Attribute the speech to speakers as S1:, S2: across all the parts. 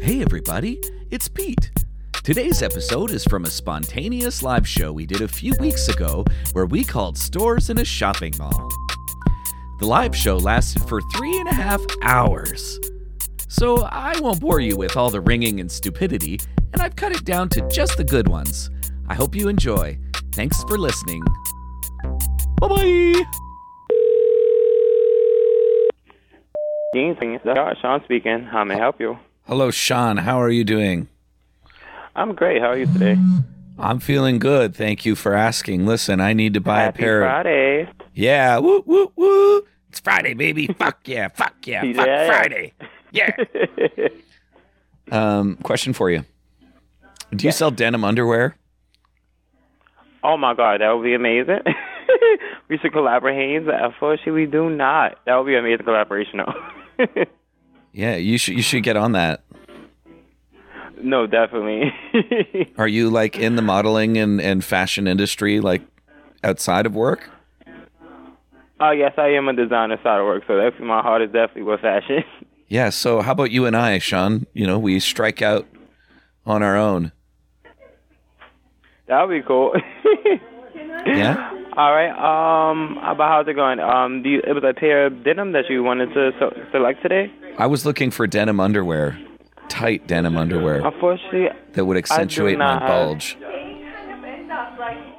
S1: Hey, everybody, it's Pete. Today's episode is from a spontaneous live show we did a few weeks ago where we called Stores in a Shopping Mall. The live show lasted for three and a half hours. So I won't bore you with all the ringing and stupidity, and I've cut it down to just the good ones. I hope you enjoy. Thanks for listening. Bye bye!
S2: Anything. Sean speaking. How may I help you?
S1: Hello, Sean. How are you doing?
S2: I'm great. How are you today?
S1: I'm feeling good. Thank you for asking. Listen, I need to buy
S2: Happy
S1: a pair of.
S2: Friday.
S1: Yeah, woo, woo, woo. It's Friday, baby. fuck yeah, fuck yeah, fuck
S2: Yeah.
S1: Friday. Yeah. um, question for you Do you sell denim underwear?
S2: oh my God, that would be amazing. we should collaborate. Unfortunately, we do not. That would be an amazing collaboration. though.
S1: Yeah, you should you should get on that.
S2: no, definitely.
S1: Are you like in the modeling and, and fashion industry, like outside of work?
S2: oh yes, I am a designer side of work, so that's my heart is definitely with fashion.
S1: Yeah. So how about you and I, Sean? You know, we strike out on our own.
S2: that would be cool.
S1: Yeah.
S2: All right. Um, about how's it going? Um, do you, it was a pair of denim that you wanted to so, select today.
S1: I was looking for denim underwear, tight denim underwear
S2: Unfortunately,
S1: that would accentuate my
S2: not have-
S1: bulge.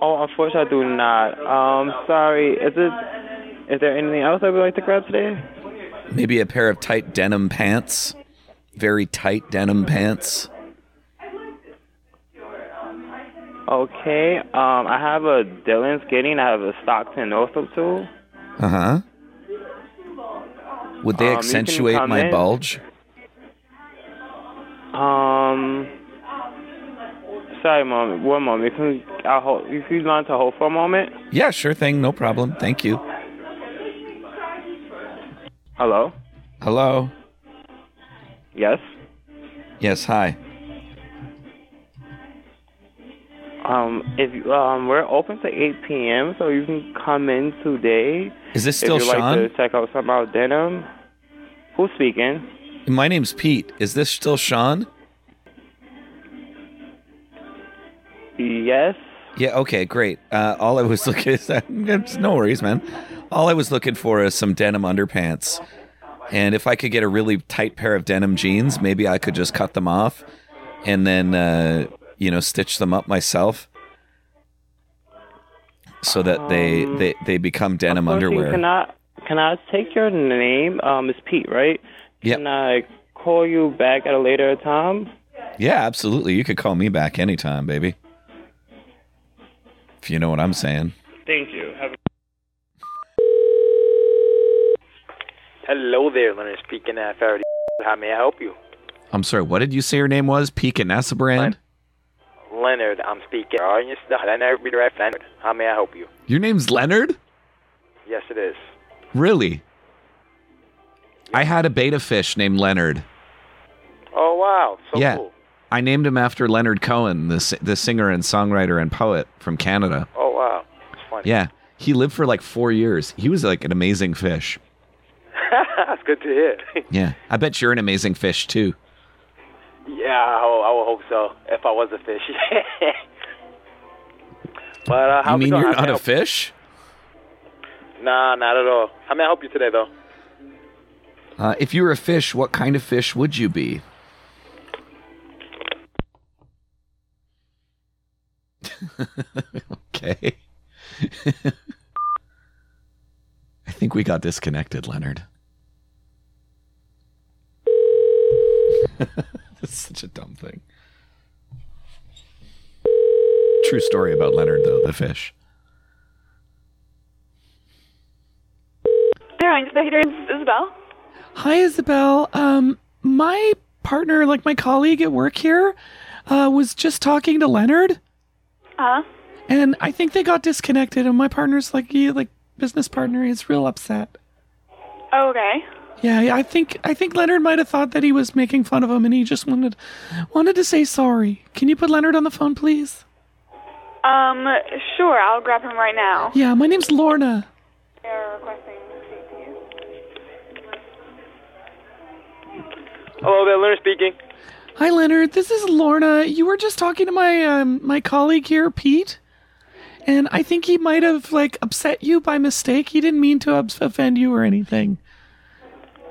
S2: Oh, unfortunately, I do not. Um, sorry. Is it? Is there anything else I would like to grab today?
S1: Maybe a pair of tight denim pants, very tight denim pants.
S2: Okay. Um, I have a Dylan's getting. I have a Stockton Northrop too.
S1: Uh huh. Would they
S2: Um, you can
S1: accentuate
S2: come
S1: my
S2: in.
S1: bulge?
S2: Um, sorry, mom. One moment. Can you, I'll hold. If you want to hold for a moment.
S1: Yeah, sure thing. No problem. Thank you.
S2: Hello.
S1: Hello.
S2: Yes.
S1: Yes, hi.
S2: Um, if you- um, we're open to 8 p.m., so you can come in today.
S1: Is this still
S2: if you
S1: Sean?
S2: like to check out something about denim. Who's speaking?
S1: My name's Pete. Is this still Sean?
S2: Yes.
S1: Yeah, okay, great. Uh, all I was looking is no worries, man. All I was looking for is some denim underpants. And if I could get a really tight pair of denim jeans, maybe I could just cut them off and then, uh, you know, stitch them up myself so that they,
S2: Um,
S1: they, they become denim
S2: Coach, Can uh,
S1: underwear.
S2: I can I take your name? Um, it's Pete, right?
S1: Yep.
S2: Can I call you back at a later time?
S1: Yeah, absolutely. You could call me back anytime, baby. If you know what I'm saying.
S2: Thank you. Have a-
S3: Hello there, Leonard speaking at Faraday. How may I help you?
S1: I'm sorry, what did you say your name was? Peak and Nessa brand?
S3: Leonard, I'm speaking. Are you still? I never be the right Leonard. How may I help you?
S1: Your name's Leonard?
S3: Yes, it is.
S1: Really? I had a beta fish named Leonard.
S3: Oh wow, so
S1: yeah.
S3: cool.
S1: I named him after Leonard Cohen, the, si- the singer and songwriter and poet from Canada.
S3: Oh wow, it's funny.
S1: Yeah. He lived for like four years. He was like an amazing fish.
S3: that's good to hear.
S1: Yeah. I bet you're an amazing fish too.
S3: yeah, I, ho- I would hope so. If I was a fish. but uh, how
S1: you mean
S3: we
S1: you're
S3: going? How may I
S1: not a
S3: help-
S1: fish?
S3: Nah, not at all. How may I help you today, though?
S1: Uh, if you were a fish, what kind of fish would you be? okay. I think we got disconnected, Leonard. That's such a dumb thing. True story about Leonard, though, the fish.
S4: They're on the heater, Isabel.
S5: Hi, Isabel. Um, my partner, like my colleague at work here, uh, was just talking to Leonard,
S4: Huh?
S5: and I think they got disconnected. And my partner's like, he, like business partner, is real upset.
S4: Oh, Okay.
S5: Yeah, yeah, I think I think Leonard might have thought that he was making fun of him, and he just wanted wanted to say sorry. Can you put Leonard on the phone, please?
S4: Um, sure, I'll grab him right now.
S5: Yeah, my name's Lorna.
S4: They're requesting to speak to you.
S3: Hello there, Leonard speaking.
S5: Hi, Leonard. This is Lorna. You were just talking to my um, my colleague here, Pete, and I think he might have like upset you by mistake. He didn't mean to ups- offend you or anything.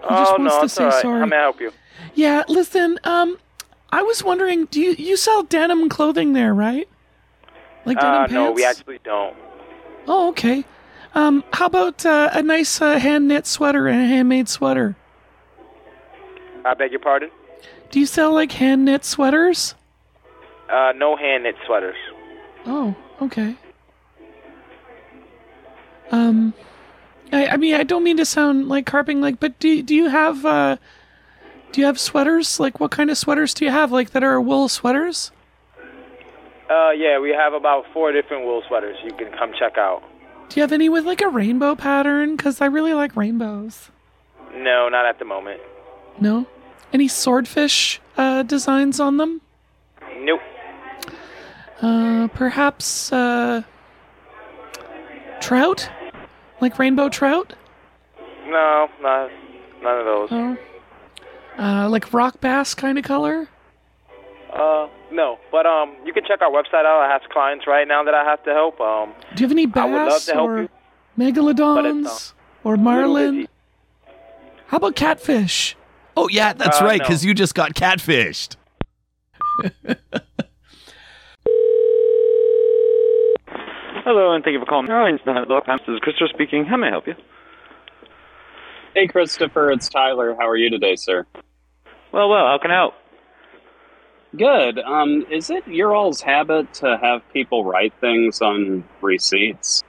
S5: He just
S6: oh
S5: wants
S6: no,
S5: to
S6: it's
S5: say
S6: all right.
S5: sorry.
S6: How may I help you?
S5: Yeah, listen. Um, I was wondering, do you you sell denim clothing there, right? Like denim
S6: uh,
S5: pants?
S6: no, we actually don't.
S5: Oh, okay. Um, how about uh, a nice uh, hand knit sweater and a handmade sweater?
S6: I beg your pardon.
S5: Do you sell like hand knit sweaters?
S6: Uh, no hand knit sweaters.
S5: Oh, okay. Um, I, I mean, I don't mean to sound like carping, like, but do do you have uh, do you have sweaters? Like, what kind of sweaters do you have? Like that are wool sweaters?
S6: Uh, yeah, we have about four different wool sweaters you can come check out.
S5: Do you have any with like a rainbow pattern? Because I really like rainbows.
S6: No, not at the moment.
S5: No, any swordfish uh, designs on them?
S6: Nope.
S5: Uh, perhaps uh, trout, like rainbow trout.
S6: No, not none of those.
S5: Oh, uh, like rock bass kind of color.
S6: Uh, no. But um, you can check our website out. I have clients right now that I have to help. Um,
S5: Do you have any
S6: I would love
S5: bass
S6: to help
S5: or
S6: you,
S5: megalodons or marlin?
S6: busy.
S5: How about catfish?
S1: Oh, yeah, that's
S6: Uh,
S1: right,
S6: no.
S1: because you just got catfished.
S7: Hello, and thank you for calling. Oh, it's not- look, This is Christopher speaking. How may I help you?
S8: Hey, Christopher, it's Tyler. How are you today, sir?
S7: Well, well, how can I help?
S8: Good. Um, is it your all's habit to have people write things on receipts?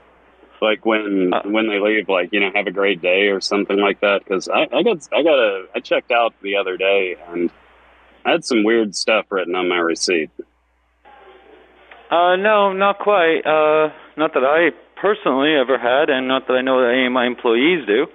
S8: Like when
S7: Uh.
S8: when they leave, like you know, have a great day or something like that. Because I, I got I got a I checked out the other day and I had some weird stuff written on my receipt.
S7: Uh, no, not quite. Uh, not that I personally ever had, and not that I know that any of my employees do.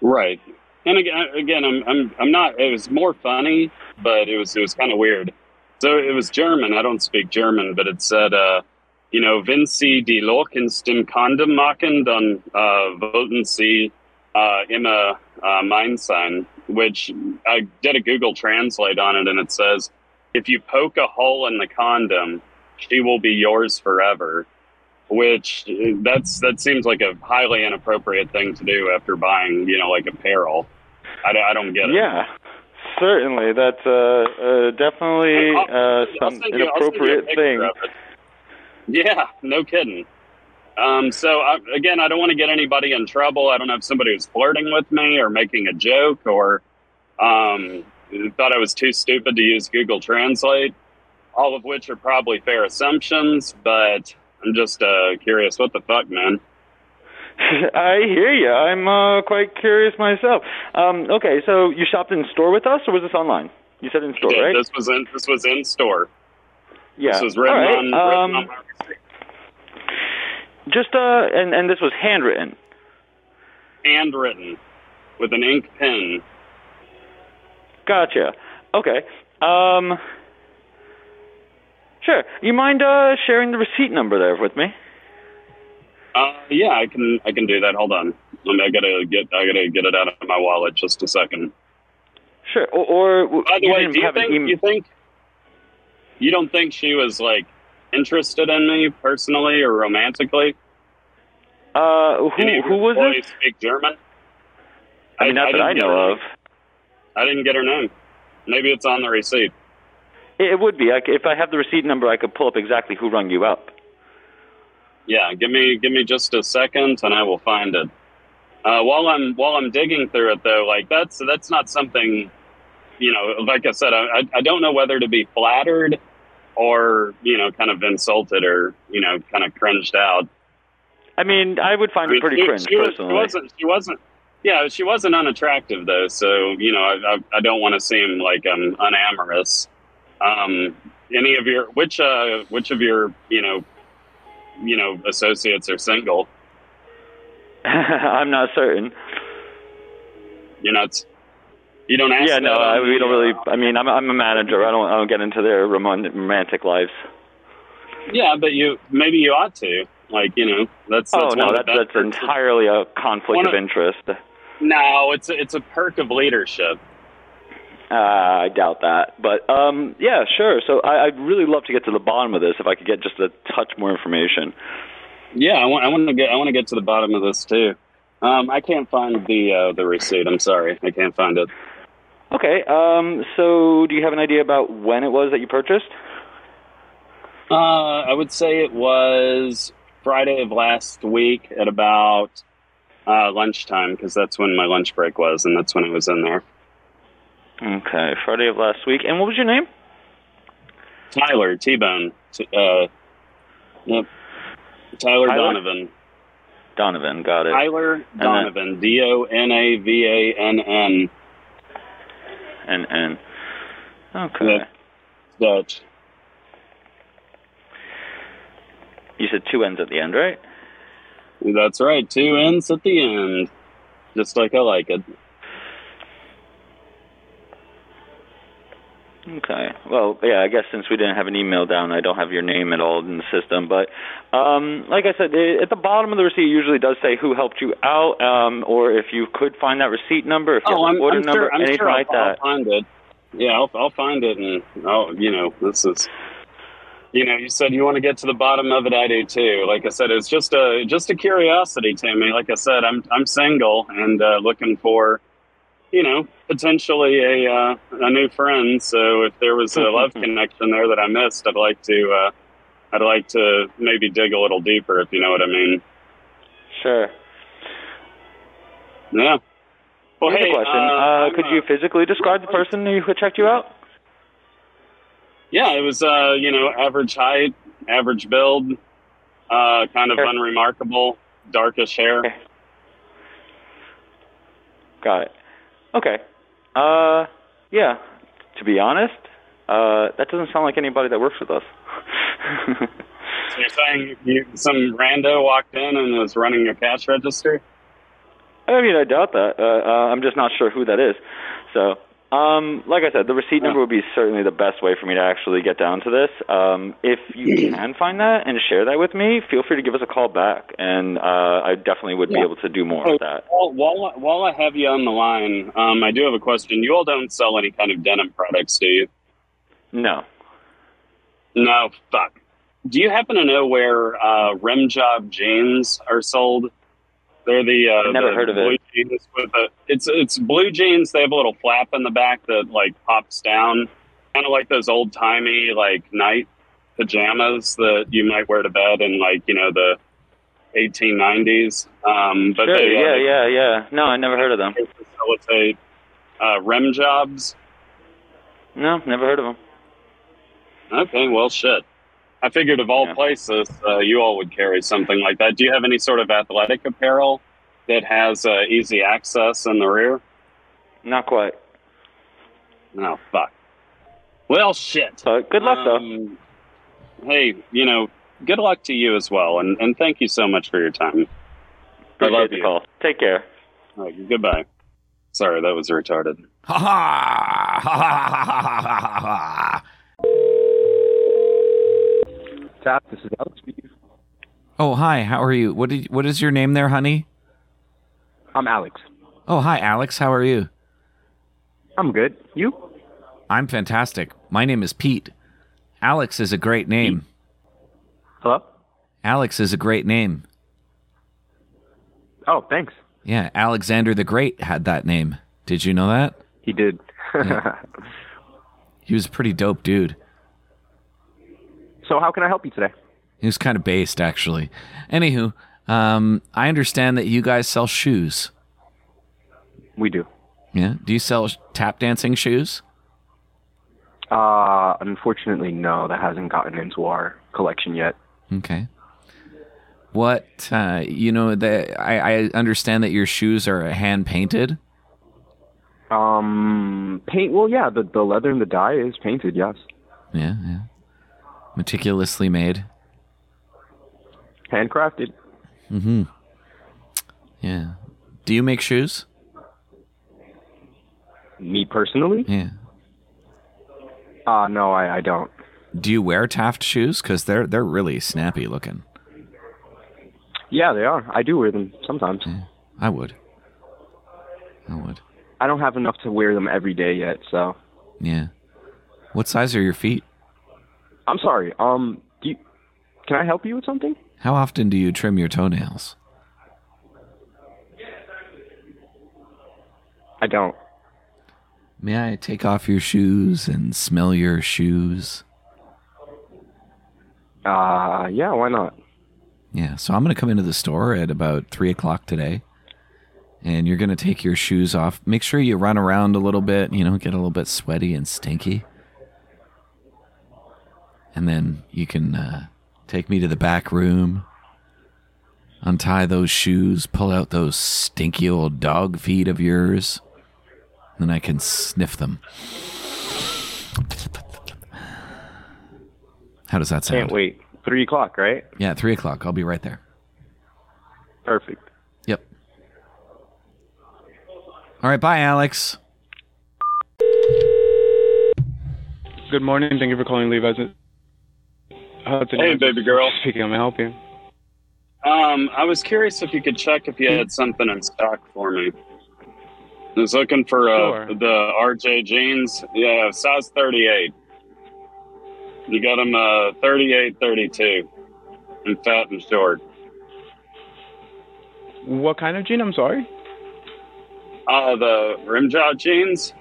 S8: Right. And again, again, I'm I'm I'm not. It was more funny, but it was it was kind of weird. So it was German. I don't speak German, but it said, uh, you know, wenn Sie die Lok ins dem Condom machen, dann uh, voten Sie uh, immer uh, mein sein. Which I did a Google Translate on it, and it says, if you poke a hole in the condom, she will be yours forever. Which eh, that's that seems like a highly inappropriate thing to do after buying, you know, like apparel. I, don't- I don't get it.
S7: Yeah, certainly. That's uh, uh, definitely
S8: I'll-
S7: uh,
S8: I'll
S7: some
S8: send you- I'll send you a
S7: inappropriate
S8: picture
S7: thing.
S8: of it. Yeah, no kidding. Um, so I, again, I don't want to get anybody in trouble. I don't know if somebody was flirting with me or making a joke or um, thought I was too stupid to use Google Translate. All of which are probably fair assumptions, but I'm just uh, curious. What the fuck, man?
S7: I hear you. I'm uh, quite curious myself. Um, okay, so you shopped in store with us, or was this online? You said in store,
S8: Yeah,
S7: right?
S8: This was in this was in store.
S7: yeah.
S8: This was written,
S7: All right.
S8: on,
S7: um,
S8: written on my receipt.
S7: Just uh, and and this was handwritten.
S8: handwritten with an ink pen.
S7: Gotcha. Okay. Um, sure. You mind uh, sharing the receipt number there with me?
S8: Uh, yeah, I can I can do that. Hold on, I, mean, I gotta get I gotta get it out of my wallet just a second.
S7: Sure. Or, or
S8: By the
S7: you
S8: way,
S7: didn't
S8: do you
S7: have an
S8: think
S7: email-
S8: you think you don't think she was like interested in me personally or romantically?
S7: uh, who
S8: Any of
S7: who
S8: her
S7: was
S8: employees
S7: this?
S8: Speak German.
S7: I mean, not that I
S8: didn't get
S7: know
S8: her
S7: of.
S8: name. I didn't get her name. Maybe it's on the receipt.
S7: It, it would be. I c if I have the receipt number, I could pull up exactly who rung you up.
S8: Yeah, give me give me just a second, and I will find it. Uh, while I'm while I'm digging through it, though, like that's that's not something, you know. Like I said, I I- I don't know whether to be flattered or you know kind of insulted or you know kind of cringed out.
S7: I mean, I would find
S8: I mean,
S7: it pretty
S8: she-
S7: cringe
S8: she was-
S7: personally.
S8: She wasn't. She wasn't. Yeah, she wasn't unattractive though, so you know I I, I don't want to seem like I'm unamorous. Um, any of your which uh which of your you know you know associates are single?
S7: I'm not certain.
S8: You're not. You don't ask.
S7: yeah, no,
S8: that
S7: I,
S8: on
S7: we
S8: the,
S7: don't really.
S8: uh,
S7: I mean, I'm I'm a manager. I don't I don't get into their roman- romantic lives.
S8: yeah, but you maybe you ought to. Like you know, that's
S7: oh
S8: that's
S7: no,
S8: one
S7: that's
S8: of the
S7: that's
S8: benefits of-
S7: entirely a conflict
S8: One
S7: of
S8: of-
S7: interest.
S8: No, it's a, it's a perk of leadership.
S7: Uh, I doubt that, but um, yeah, sure. So I, I'd really love to get to the bottom of this if I could get just a touch more information.
S8: Yeah, I want, I want to get I want to get to the bottom of this too. Um, I can't find the uh, the receipt. I'm sorry, I can't find it.
S7: Okay. Um, so do you have an idea about when it was that you purchased?
S8: Uh, I would say it was Friday of last week at about uh, lunchtime because that's when my lunch break was, and that's when I was in there.
S7: Okay, Friday of last week. And what was your name?
S8: Tyler T Bone. T- Uh, yep.
S7: Tyler?
S8: Tyler, Donovan.
S7: Donovan. Got it.
S8: Tyler Donovan. D O N A V A N N.
S7: and and. Okay.
S8: Yeah. Dutch.
S7: You said two ends at the end, right?
S8: That's right. Two ends at the end. Just like I like it.
S7: Okay. Well, yeah, I guess since we didn't have an email down, I don't have your name at all in the system. But um, like I said, i at the bottom of the receipt usually does say who helped you out, um, or if you could find that receipt number, if you have
S8: Oh,
S7: the
S8: I'm,
S7: order
S8: I'm
S7: number,
S8: sure. I'm
S7: anything
S8: sure I'll,
S7: like
S8: I'll
S7: that.
S8: find it. Yeah, I'll, I'll find it, and I'll, you know, this is, you know, you said you want to get to the bottom of it. I do too. Like I said, it's just a just a curiosity to me. Like I said, I'm I'm single and uh, looking for, you know, potentially a uh, a new friend. So if there was a love connection there that I missed, I'd like to. Uh, I'd like to maybe dig a little deeper, if you know what I mean.
S7: Sure.
S8: Yeah. Well,
S7: Here's a
S8: hey,
S7: question.
S8: uh, I'm,
S7: could you physically describe the person who checked you out?
S8: Yeah, it was uh, you know, average height, average build, uh, kind of
S7: Hair.
S8: unremarkable, darkish hair.
S7: Hair. Got it. Okay. Uh, yeah. To be honest, uh, that doesn't sound like anybody that works with us.
S8: So you're saying you, some rando walked in and was running your cash register?
S7: I mean, I doubt that. Uh, uh, I'm just not sure who that is. So, um, like I said, the receipt number would be certainly the best way for me to actually get down to this. Um, if you can find that and share that with me, feel free to give us a call back, and uh, I definitely would be
S8: Yeah. Oh,
S7: able to do more with that.
S8: While, while while I have you on the line, um, I do have a question. You all don't sell any kind of denim products, do you?
S7: No.
S8: No, fuck. Do you happen to know where uh, rim job jeans are sold? They're the uh,
S7: I've never
S8: the
S7: heard of it.
S8: blue Jeans with a, it's it's blue jeans. They have a little flap in the back that like pops down, kind of like those old timey like night pajamas that you might wear to bed in like you know the 1890s. Um, but
S7: sure.
S8: they, uh,
S7: yeah, yeah, yeah. No, I never heard of them.
S8: they facilitate uh, rim jobs.
S7: No, never heard of them.
S8: Okay, well, shit. I figured of all
S7: Yeah.
S8: places, uh, you all would carry something like that. Do you have any sort of athletic apparel that has uh, easy access in the rear?
S7: Not quite.
S8: Oh, fuck. Well, shit.
S7: But good luck, though.
S8: Um, hey, you know, good luck to you as well, and, and thank you so much for your time. I
S7: Appreciate
S8: love
S7: the
S8: you.
S7: call. Take care.
S8: All right, goodbye. Sorry, that was retarded.
S9: Ha ha! Ha ha ha ha ha ha ha ha!
S2: Tap, this is Alex.
S1: Oh, hi. How are you? What did, what is your name there, honey?
S2: I'm Alex.
S1: Oh, hi, Alex. How are you?
S2: I'm good. You?
S1: I'm fantastic. My name is Pete. Alex is a great name.
S2: Hello?
S1: Alex is a great name.
S2: Oh, thanks.
S1: Yeah, Alexander the Great had that name. Did you know that?
S2: He did.
S1: He was a pretty dope dude.
S2: so, how can I help you today?
S1: He was kind of based, actually. Anywho, um, I understand that you guys sell shoes.
S2: We do.
S1: Yeah. Do you sell sh- tap dancing shoes?
S2: Uh, unfortunately, no, that hasn't gotten into our collection yet.
S1: Okay. What uh, you know that I, I understand that your shoes are hand painted.
S2: Um, paint, well, yeah, the, the leather and the dye is painted, yes.
S1: Yeah, yeah. Meticulously made.
S2: Handcrafted.
S1: Yeah. Do you make shoes?
S2: Me personally?
S1: Yeah.
S2: Uh, no, I, I don't.
S1: Do you wear Taft shoes? Because they're they're really snappy looking.
S2: Yeah, they are. I do wear them sometimes.
S1: I would. I would.
S10: I don't have enough to wear them every day yet, so
S1: Yeah. What size are your feet?
S10: I'm sorry. Um, do you, can I help you with something?
S1: How often do you trim your toenails?
S10: I don't.
S1: May I take off your shoes and smell your shoes?
S10: Uh, yeah, why not?
S1: Yeah, so I'm going to come into the store at about 3 o'clock today, and you're going to take your shoes off. Make sure you run around a little bit, you know, get a little bit sweaty and stinky. And then you can uh, take me to the back room, untie those shoes, pull out those stinky old dog feet of yours, and then I can sniff them. How does that sound?
S10: Can't wait. Three o'clock, right?
S1: Yeah, three o'clock. I'll be right there.
S10: Perfect.
S1: Yep. All right, bye, Alex.
S11: Good morning. Thank you for calling Levi's. Hudson
S8: Hey, baby girl.
S11: Speaking, I'm help you.
S8: Um, I was curious if you could check if you had something in stock for me. I was looking for
S11: Sure.
S8: uh, the RJ jeans. Yeah, size 38. You got them uh, 38, 32. And fat and short.
S11: What kind of jean? I'm sorry.
S8: Uh, the rim job jeans.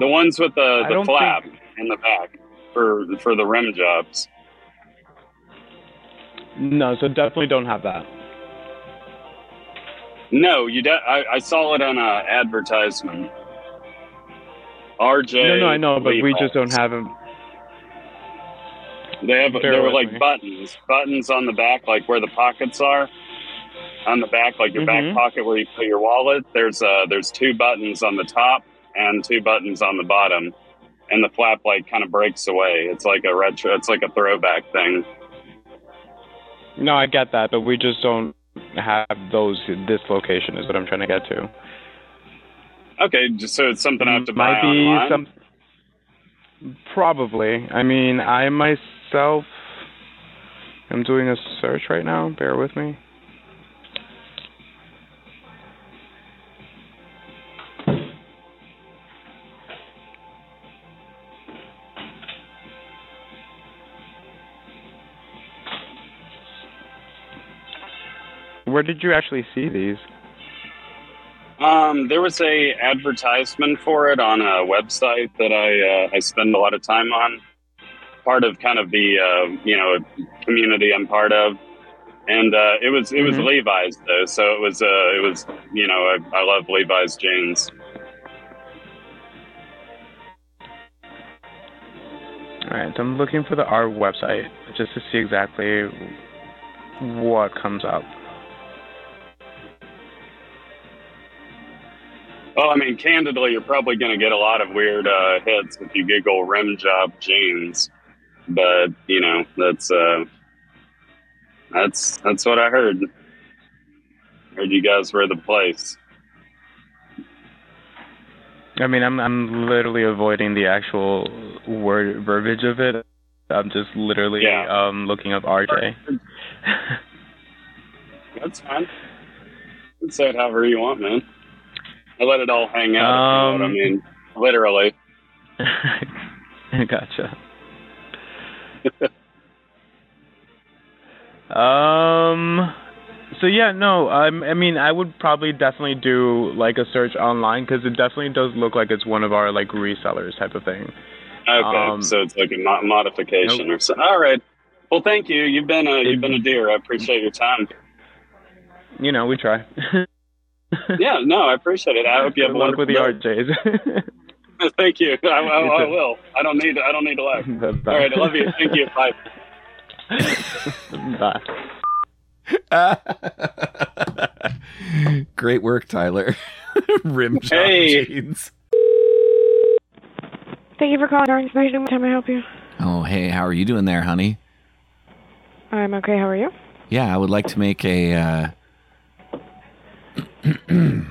S8: The ones with the,
S11: I
S8: the
S11: don't
S8: flap in the back for for the rim jobs.
S11: No, so definitely don't have that.
S8: No, you. De- I, I saw it on a advertisement. RJ.
S11: no, no, I know, but we
S8: Levi's.
S11: just don't have them.
S8: They have.
S11: Bear
S8: There were
S11: with
S8: like
S11: me.
S8: buttons, buttons on the back, like where the pockets are. On the back, like your
S11: Mhm.
S8: back pocket where you put your wallet. There's uh, there's two buttons on the top and two buttons on the bottom, and the flap like kind of breaks away. It's like a retro. It's like a throwback thing.
S11: No, I get that, but we just don't have those. This location is what I'm trying to get to.
S8: Okay, just so it's something I have to
S11: Mm,
S8: buy
S11: Might be
S8: online.
S11: some. Probably. I mean, I myself am doing a search right now. Bear with me. Where did you actually see these?
S8: Um, there was a advertisement for it on a website that I uh, I spend a lot of time on. Part of kind of the uh, you know community I'm part of, and uh, it was it was
S11: Mhm.
S8: Levi's though, so it was uh, it was you know I, I love Levi's jeans.
S11: All right, so I'm looking for the our website just to see exactly what comes up.
S8: Well, I mean, candidly, you're probably going to get a lot of weird uh, hits if you Google rim job jeans, but you know that's uh, that's that's what I heard. Heard you guys were the place.
S11: I mean, I'm I'm literally avoiding the actual word verbiage of it. I'm just literally
S8: Yeah.
S11: um looking up RJ.
S8: That's fine. You can say it however you want, man. I let it all hang out. if you know what I
S11: Um,
S8: mean, literally.
S11: gotcha. um. So yeah, no. Um, I mean, I would probably definitely do like a search online because it definitely does look like it's one of our like resellers type of thing.
S8: Okay,
S11: um,
S8: so it's like a mo- modification or something. All right. Well, thank you. You've been a you've been a dear. I appreciate your time.
S11: You know, we try.
S8: Yeah, no, I appreciate it. I hope you have
S11: Good
S8: a
S11: luck with
S8: wonderful
S11: the
S8: day.
S11: RJs.
S8: Thank you. I, I,
S11: You
S8: I
S11: too.
S8: will. I don't need. I don't need a lot.
S11: Bye-bye.
S8: All right. I love you. Thank you. Bye.
S11: Bye.
S1: Great work, Tyler. Rim job
S8: Hey.
S1: jeans.
S4: Thank you for calling Orange Nation. What time I help you?
S1: Oh, hey, how are you doing there, honey?
S4: I'm okay. How are you?
S1: Yeah, I would like to make a. Uh,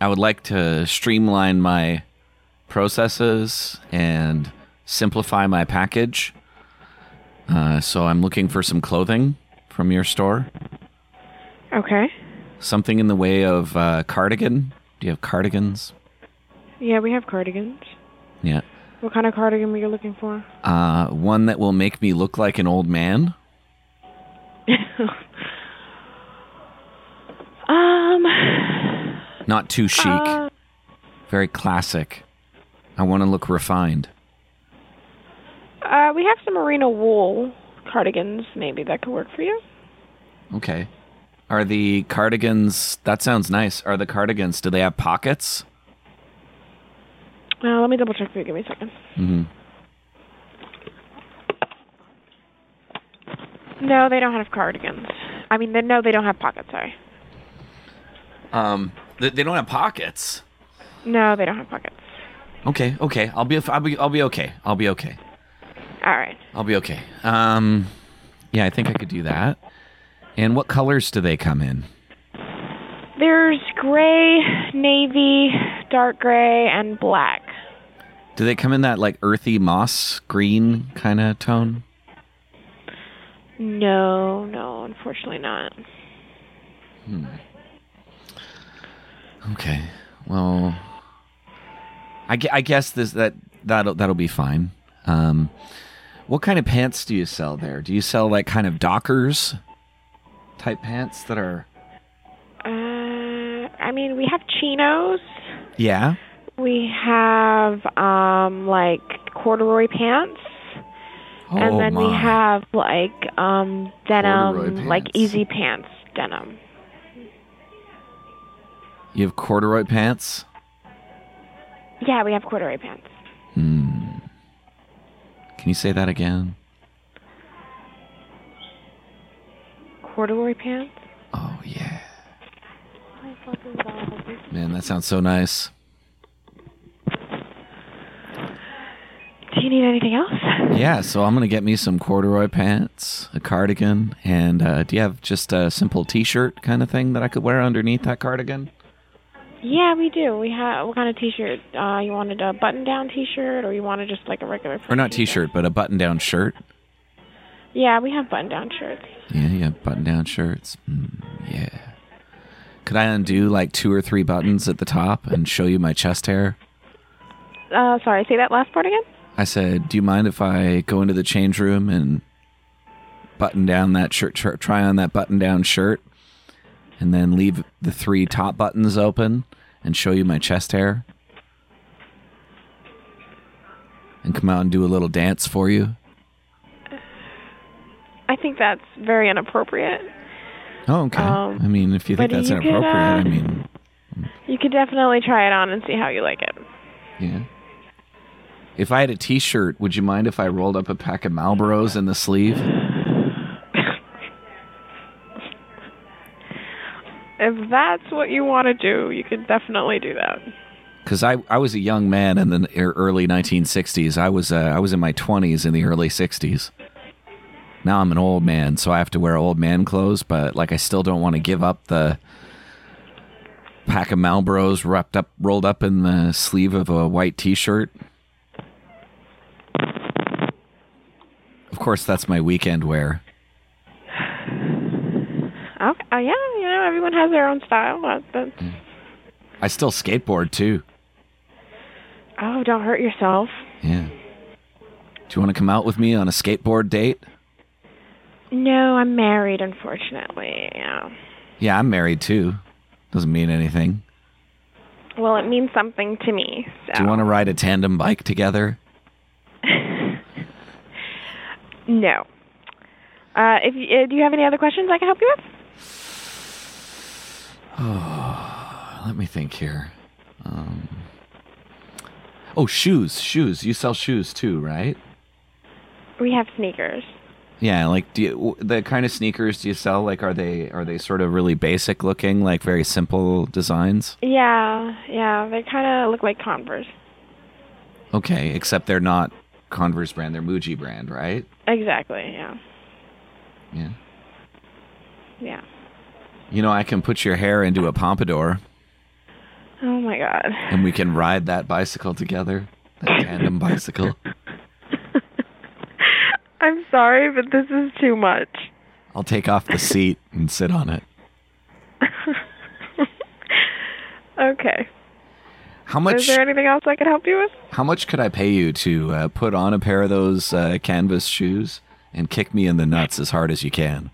S1: I would like to streamline my processes and simplify my package. Uh, so I'm looking for some clothing from your store.
S4: Okay.
S1: something in the way of uh, cardigan? Do you have cardigans?
S12: Yeah, we have cardigans.
S1: Yeah.
S12: What kind of cardigan were you looking for?
S1: Uh, one that will make me look like an old man?
S12: um.
S1: Not too chic,
S12: uh,
S1: very classic. I want to look refined.
S12: uh, we have some merino wool cardigans. Maybe that could work for you.
S1: Okay. Are the cardigans, that sounds nice. Are the cardigans, do they have pockets?
S12: Uh, let me double check for you. Give me a second.
S1: Mm-hmm.
S12: No, they don't have cardigans. I mean, they, no, they don't have pockets. Sorry.
S1: Um, they, they don't have pockets.
S12: No, they don't have pockets.
S1: Okay, okay. I'll be, I'll be, I'll be okay. I'll be okay.
S12: All right.
S1: I'll be okay. Um, yeah, I think I could do that. And what colors do they come in?
S12: There's gray, navy, dark gray, and black.
S1: Do they come in that like earthy moss green kind of tone?
S12: No, no, unfortunately not.
S1: Hmm. Okay. Well, I, gue- I guess this that that'll that'll be fine. Um, what kind of pants do you sell there? Do you sell like kind of Dockers type pants that are?
S12: Uh, I mean, we have chinos.
S1: Yeah.
S12: We have um like corduroy pants.
S1: Oh,
S12: and then we
S1: my.
S12: have like um
S1: Corduroy
S12: denim, like
S1: pants.
S12: easy pants denim.
S1: You have corduroy pants.
S12: Yeah, we have corduroy pants.
S1: Hmm. Can you say that again?
S12: Corduroy pants?
S1: Oh yeah, man, that sounds so nice.
S12: Do you need anything else?
S1: Yeah, so I'm gonna get me some corduroy pants, a cardigan, and uh, do you have just a simple T-shirt kind of thing that I could wear underneath that cardigan?
S12: Yeah, we do. We have what kind of t-shirt? Uh, you wanted a button-down t-shirt, or you wanted just like a regular?
S1: Or not T-shirt, but a button-down shirt.
S12: Yeah, we have button-down shirts.
S1: Yeah, yeah, button-down shirts. Mm, yeah. Could I undo like two or three buttons at the top and show you my chest hair?
S12: Uh, sorry, say that last part again.
S1: I said, "Do you mind if I go into the change room and button down that shirt, tr- try on that button-down shirt, and then leave the three top buttons open and show you my chest hair, and come out and do a little dance for you?"
S12: I think that's very inappropriate.
S1: Oh, okay.
S12: Um,
S1: I mean, if you think
S12: but
S1: that's
S12: you could,
S1: inappropriate, I
S12: uh,
S1: mean,
S12: You could definitely try it on and see how you like it.
S1: yeah. If I had a T-shirt, would you mind if I rolled up a pack of Marlboros in the sleeve?
S12: If that's what you want to do, you could definitely do that.
S1: because I, I was a young man in the ear- early 1960s. I was uh, I was in my 20s in the early 60s. Now I'm an old man, so I have to wear old man clothes. But like, I still don't want to give up the pack of Marlboros wrapped up, rolled up in the sleeve of a white T-shirt. Of course, that's my weekend wear.
S12: Okay. Uh, yeah, you know, everyone has their own style. That, that's,
S1: I still skateboard too.
S12: oh, don't hurt yourself.
S1: Yeah. Do you want to come out with me on a skateboard date?
S12: No, I'm married, unfortunately. Yeah.
S1: Yeah, I'm married too. Doesn't mean anything.
S12: Well, it means something to me. So.
S1: Do you want to ride a tandem bike together?
S12: No. Uh, if you, uh, do you have any other questions I can help you with?
S1: Oh, let me think here. Um, oh, shoes, shoes. You sell shoes too, right?
S12: We have sneakers.
S1: Yeah, like do you, w- the kind of sneakers do you sell? Like, are they are they sort of really basic looking, like very simple designs?
S12: Yeah, yeah, they kind of look like Converse.
S1: Okay, except they're not Converse brand; they're Muji brand, right?
S12: Exactly. Yeah.
S1: Yeah.
S12: Yeah.
S1: You know, I can put your hair into a pompadour,
S12: Oh my god.
S1: and we can ride that bicycle together, that tandem bicycle.
S12: I'm sorry, but this is too much.
S1: I'll take off the seat and sit on it.
S12: Okay.
S1: How much?
S12: Is there anything else I can help you with?
S1: How much could I pay you to uh, put on a pair of those uh, canvas shoes and kick me in the nuts as hard as you can?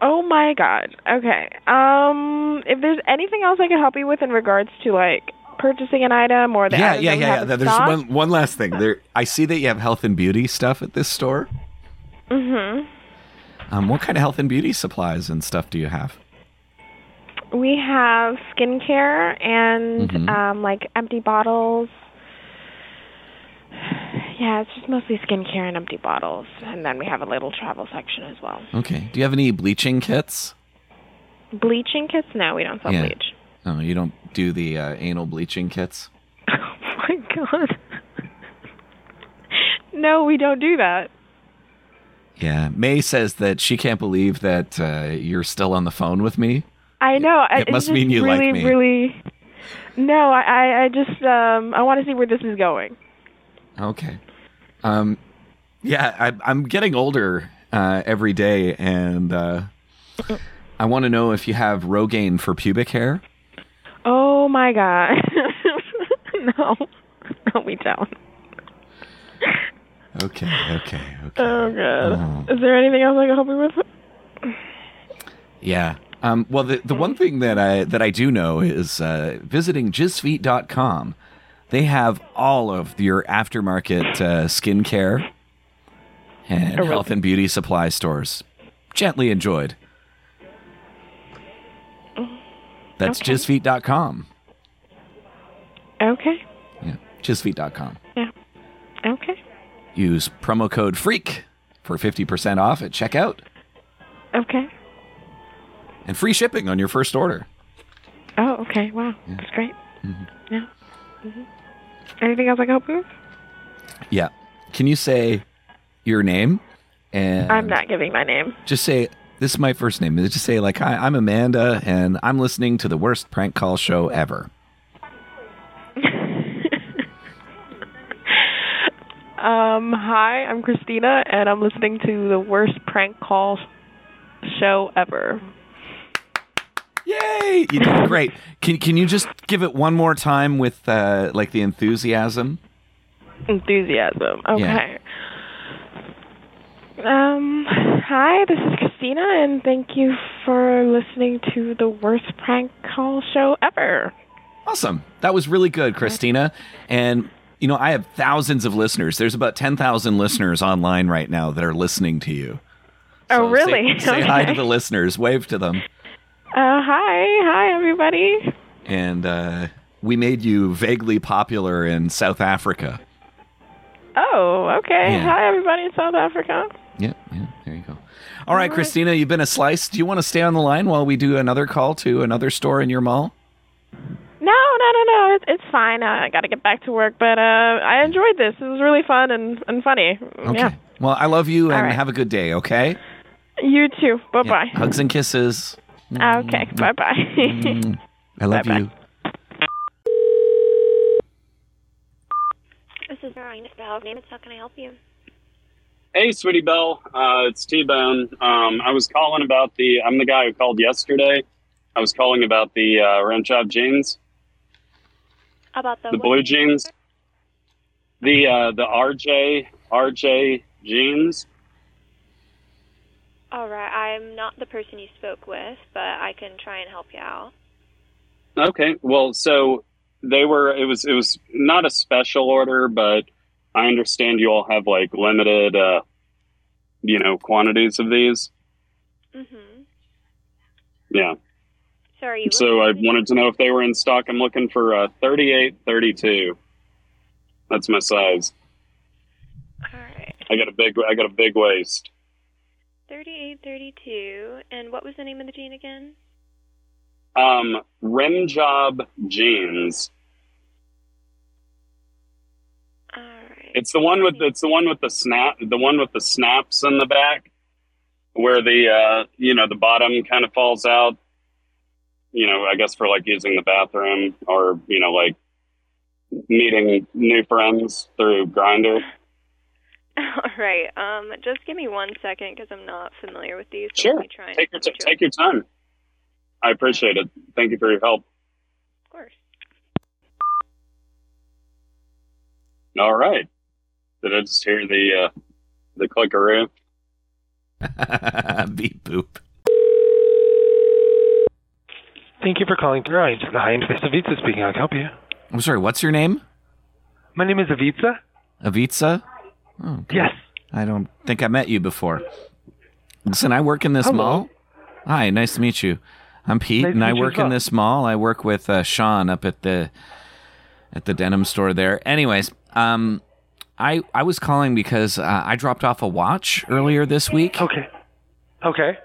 S12: Oh my god. Okay. Um, if there's anything else I can help you with in regards to like purchasing an item or the
S1: yeah,
S12: items
S1: yeah,
S12: that we
S1: yeah, yeah.
S12: have in
S1: There's
S12: stock.
S1: one one last thing. There, I see that you have health and beauty stuff at this store.
S12: Mhm.
S1: Um, what kind of health and beauty supplies and stuff do you have?
S12: We have skincare and
S1: Mhm.
S12: um, like empty bottles. Yeah, it's just mostly skincare and empty bottles, and then we have a little travel section as well.
S1: Okay. Do you have any bleaching kits?
S12: Bleaching kits? No, we don't sell
S1: yeah.
S12: bleach.
S1: Oh, you don't do the uh, anal bleaching kits.
S12: Oh my god. no, we don't do that.
S1: Yeah. May says that she can't believe that uh, you're still on the phone with me.
S12: I know. I-
S1: It
S12: it's
S1: must
S12: just
S1: mean you like
S12: really,
S1: me.
S12: Really, no. I, I, I just, um, I want to see where this is going.
S1: Okay. Um, yeah, I, I'm getting older uh, every day, and uh, I want to know if you have Rogaine for pubic hair.
S12: Oh my god. no, no, we don't.
S1: Okay, okay. okay.
S12: Oh god. Is there anything else I can help you with?
S1: Yeah. Um, well, the, the one thing that I that I do know is uh, visiting jizzfeet.com. They have all of your aftermarket uh, skincare and
S12: Oh, really?
S1: health and beauty supply stores. Gently enjoyed. That's
S12: Mm. Okay.
S1: jizzfeet.com.
S12: Okay.
S1: Yeah, jizzfeet.com.
S12: Yeah. Okay.
S1: Use promo code FREAK for 50% off at checkout
S12: Okay.
S1: and free shipping on your first order.
S12: Oh, okay. Wow, that's great. Yeah. hmm Anything else I can help you with?
S1: Yeah. Can you say your name? And
S12: I'm not giving my name.
S1: Just say, this is my first name. And Just say, like, hi, I'm Amanda, and I'm listening to the worst prank call show ever.
S12: Um, hi, I'm Christina, and I'm listening to the worst prank call show ever.
S1: Yay! You did great. Can, can you just give it one more time with, uh, like, the enthusiasm?
S12: Enthusiasm.
S1: Yeah.
S12: Okay. Um, hi, this is Christina, and thank you for listening to the worst prank call show ever.
S1: Awesome. That was really good, Christina. And, you know, I have thousands of listeners. There's about 10,000 listeners online right now that are listening to you.
S12: oh, really?
S1: Say hi to
S12: Okay.
S1: the listeners, wave to them.
S12: Uh, hi, hi, everybody.
S1: And uh, we made you vaguely popular in South Africa.
S12: Oh, okay.
S1: Yeah.
S12: Hi, everybody in South Africa.
S1: Yeah, yeah, there you go. All right, Christina, you've been a slice. Do you want to stay on the line while we do another call to another store in your mall?
S12: No, no, no, no. It, it's fine. Uh, I got to get back to work, but uh, I enjoyed this. It was really fun and, and funny.
S1: Okay.
S12: Yeah.
S1: Well, I love you and
S12: right.
S1: have a good day, okay?
S12: You too. Bye bye.
S1: Hugs and kisses. mm,
S12: Okay. Bye bye.
S1: I love you.
S13: This is Ryan Spell. Name How can I help you?
S8: Hey, Sweetie Belle, uh, it's T Bone. Um, I was calling about the. I'm the guy who called yesterday. I was calling about the uh, Ram Chop jeans,
S13: About the,
S8: the
S13: what?
S8: blue jeans, the uh, the RJ RJ jeans.
S13: All right. I'm not the person you spoke with, but I can try and help you out.
S8: Okay, well, so they were. It was it was not a special order, but I understand you all have like limited, uh, you know, quantities of these.
S13: Mm-hmm.
S8: Yeah.
S13: So are you
S8: So I wanted to know if they were in stock. I'm looking for uh, 38, 32. That's my size. I got a big. I got a big waist.
S13: 3832. And what was the name of the gene again?
S8: Um, rim job jeans. It's the one with it's the one with the snap the one with the snaps in the back, where the uh, you know the bottom kind of falls out. You know, I guess for like using the bathroom or you know like meeting new friends through Grinder.
S13: All right. Um, just give me one second because I'm not familiar with these. So
S8: Sure.
S13: Let me try and
S8: Take your t- take your time. I appreciate it. Thank you for your help.
S13: Of course.
S8: All right. Did I just hear the uh, the clickaroo?
S1: Beep boop.
S14: Thank you for calling Brian. Hi, Mr. Vitsa speaking. I can help you.
S1: I'm sorry, what's your name?
S14: My name is Avitsa.
S1: Avitsa? Oh, God.
S14: Yes.
S1: I don't think I met you before. Listen, I work in this
S14: Hello.
S1: mall. Hi, nice to meet you. I'm Pete,
S14: Nice
S1: and
S14: to
S1: I
S14: meet you
S1: work
S14: as
S1: in
S14: well.
S1: this mall. I work with uh, Sean up at the at the denim store there. Anyways, um, I I was calling because uh, I dropped off a watch earlier this week.
S14: Okay. Okay.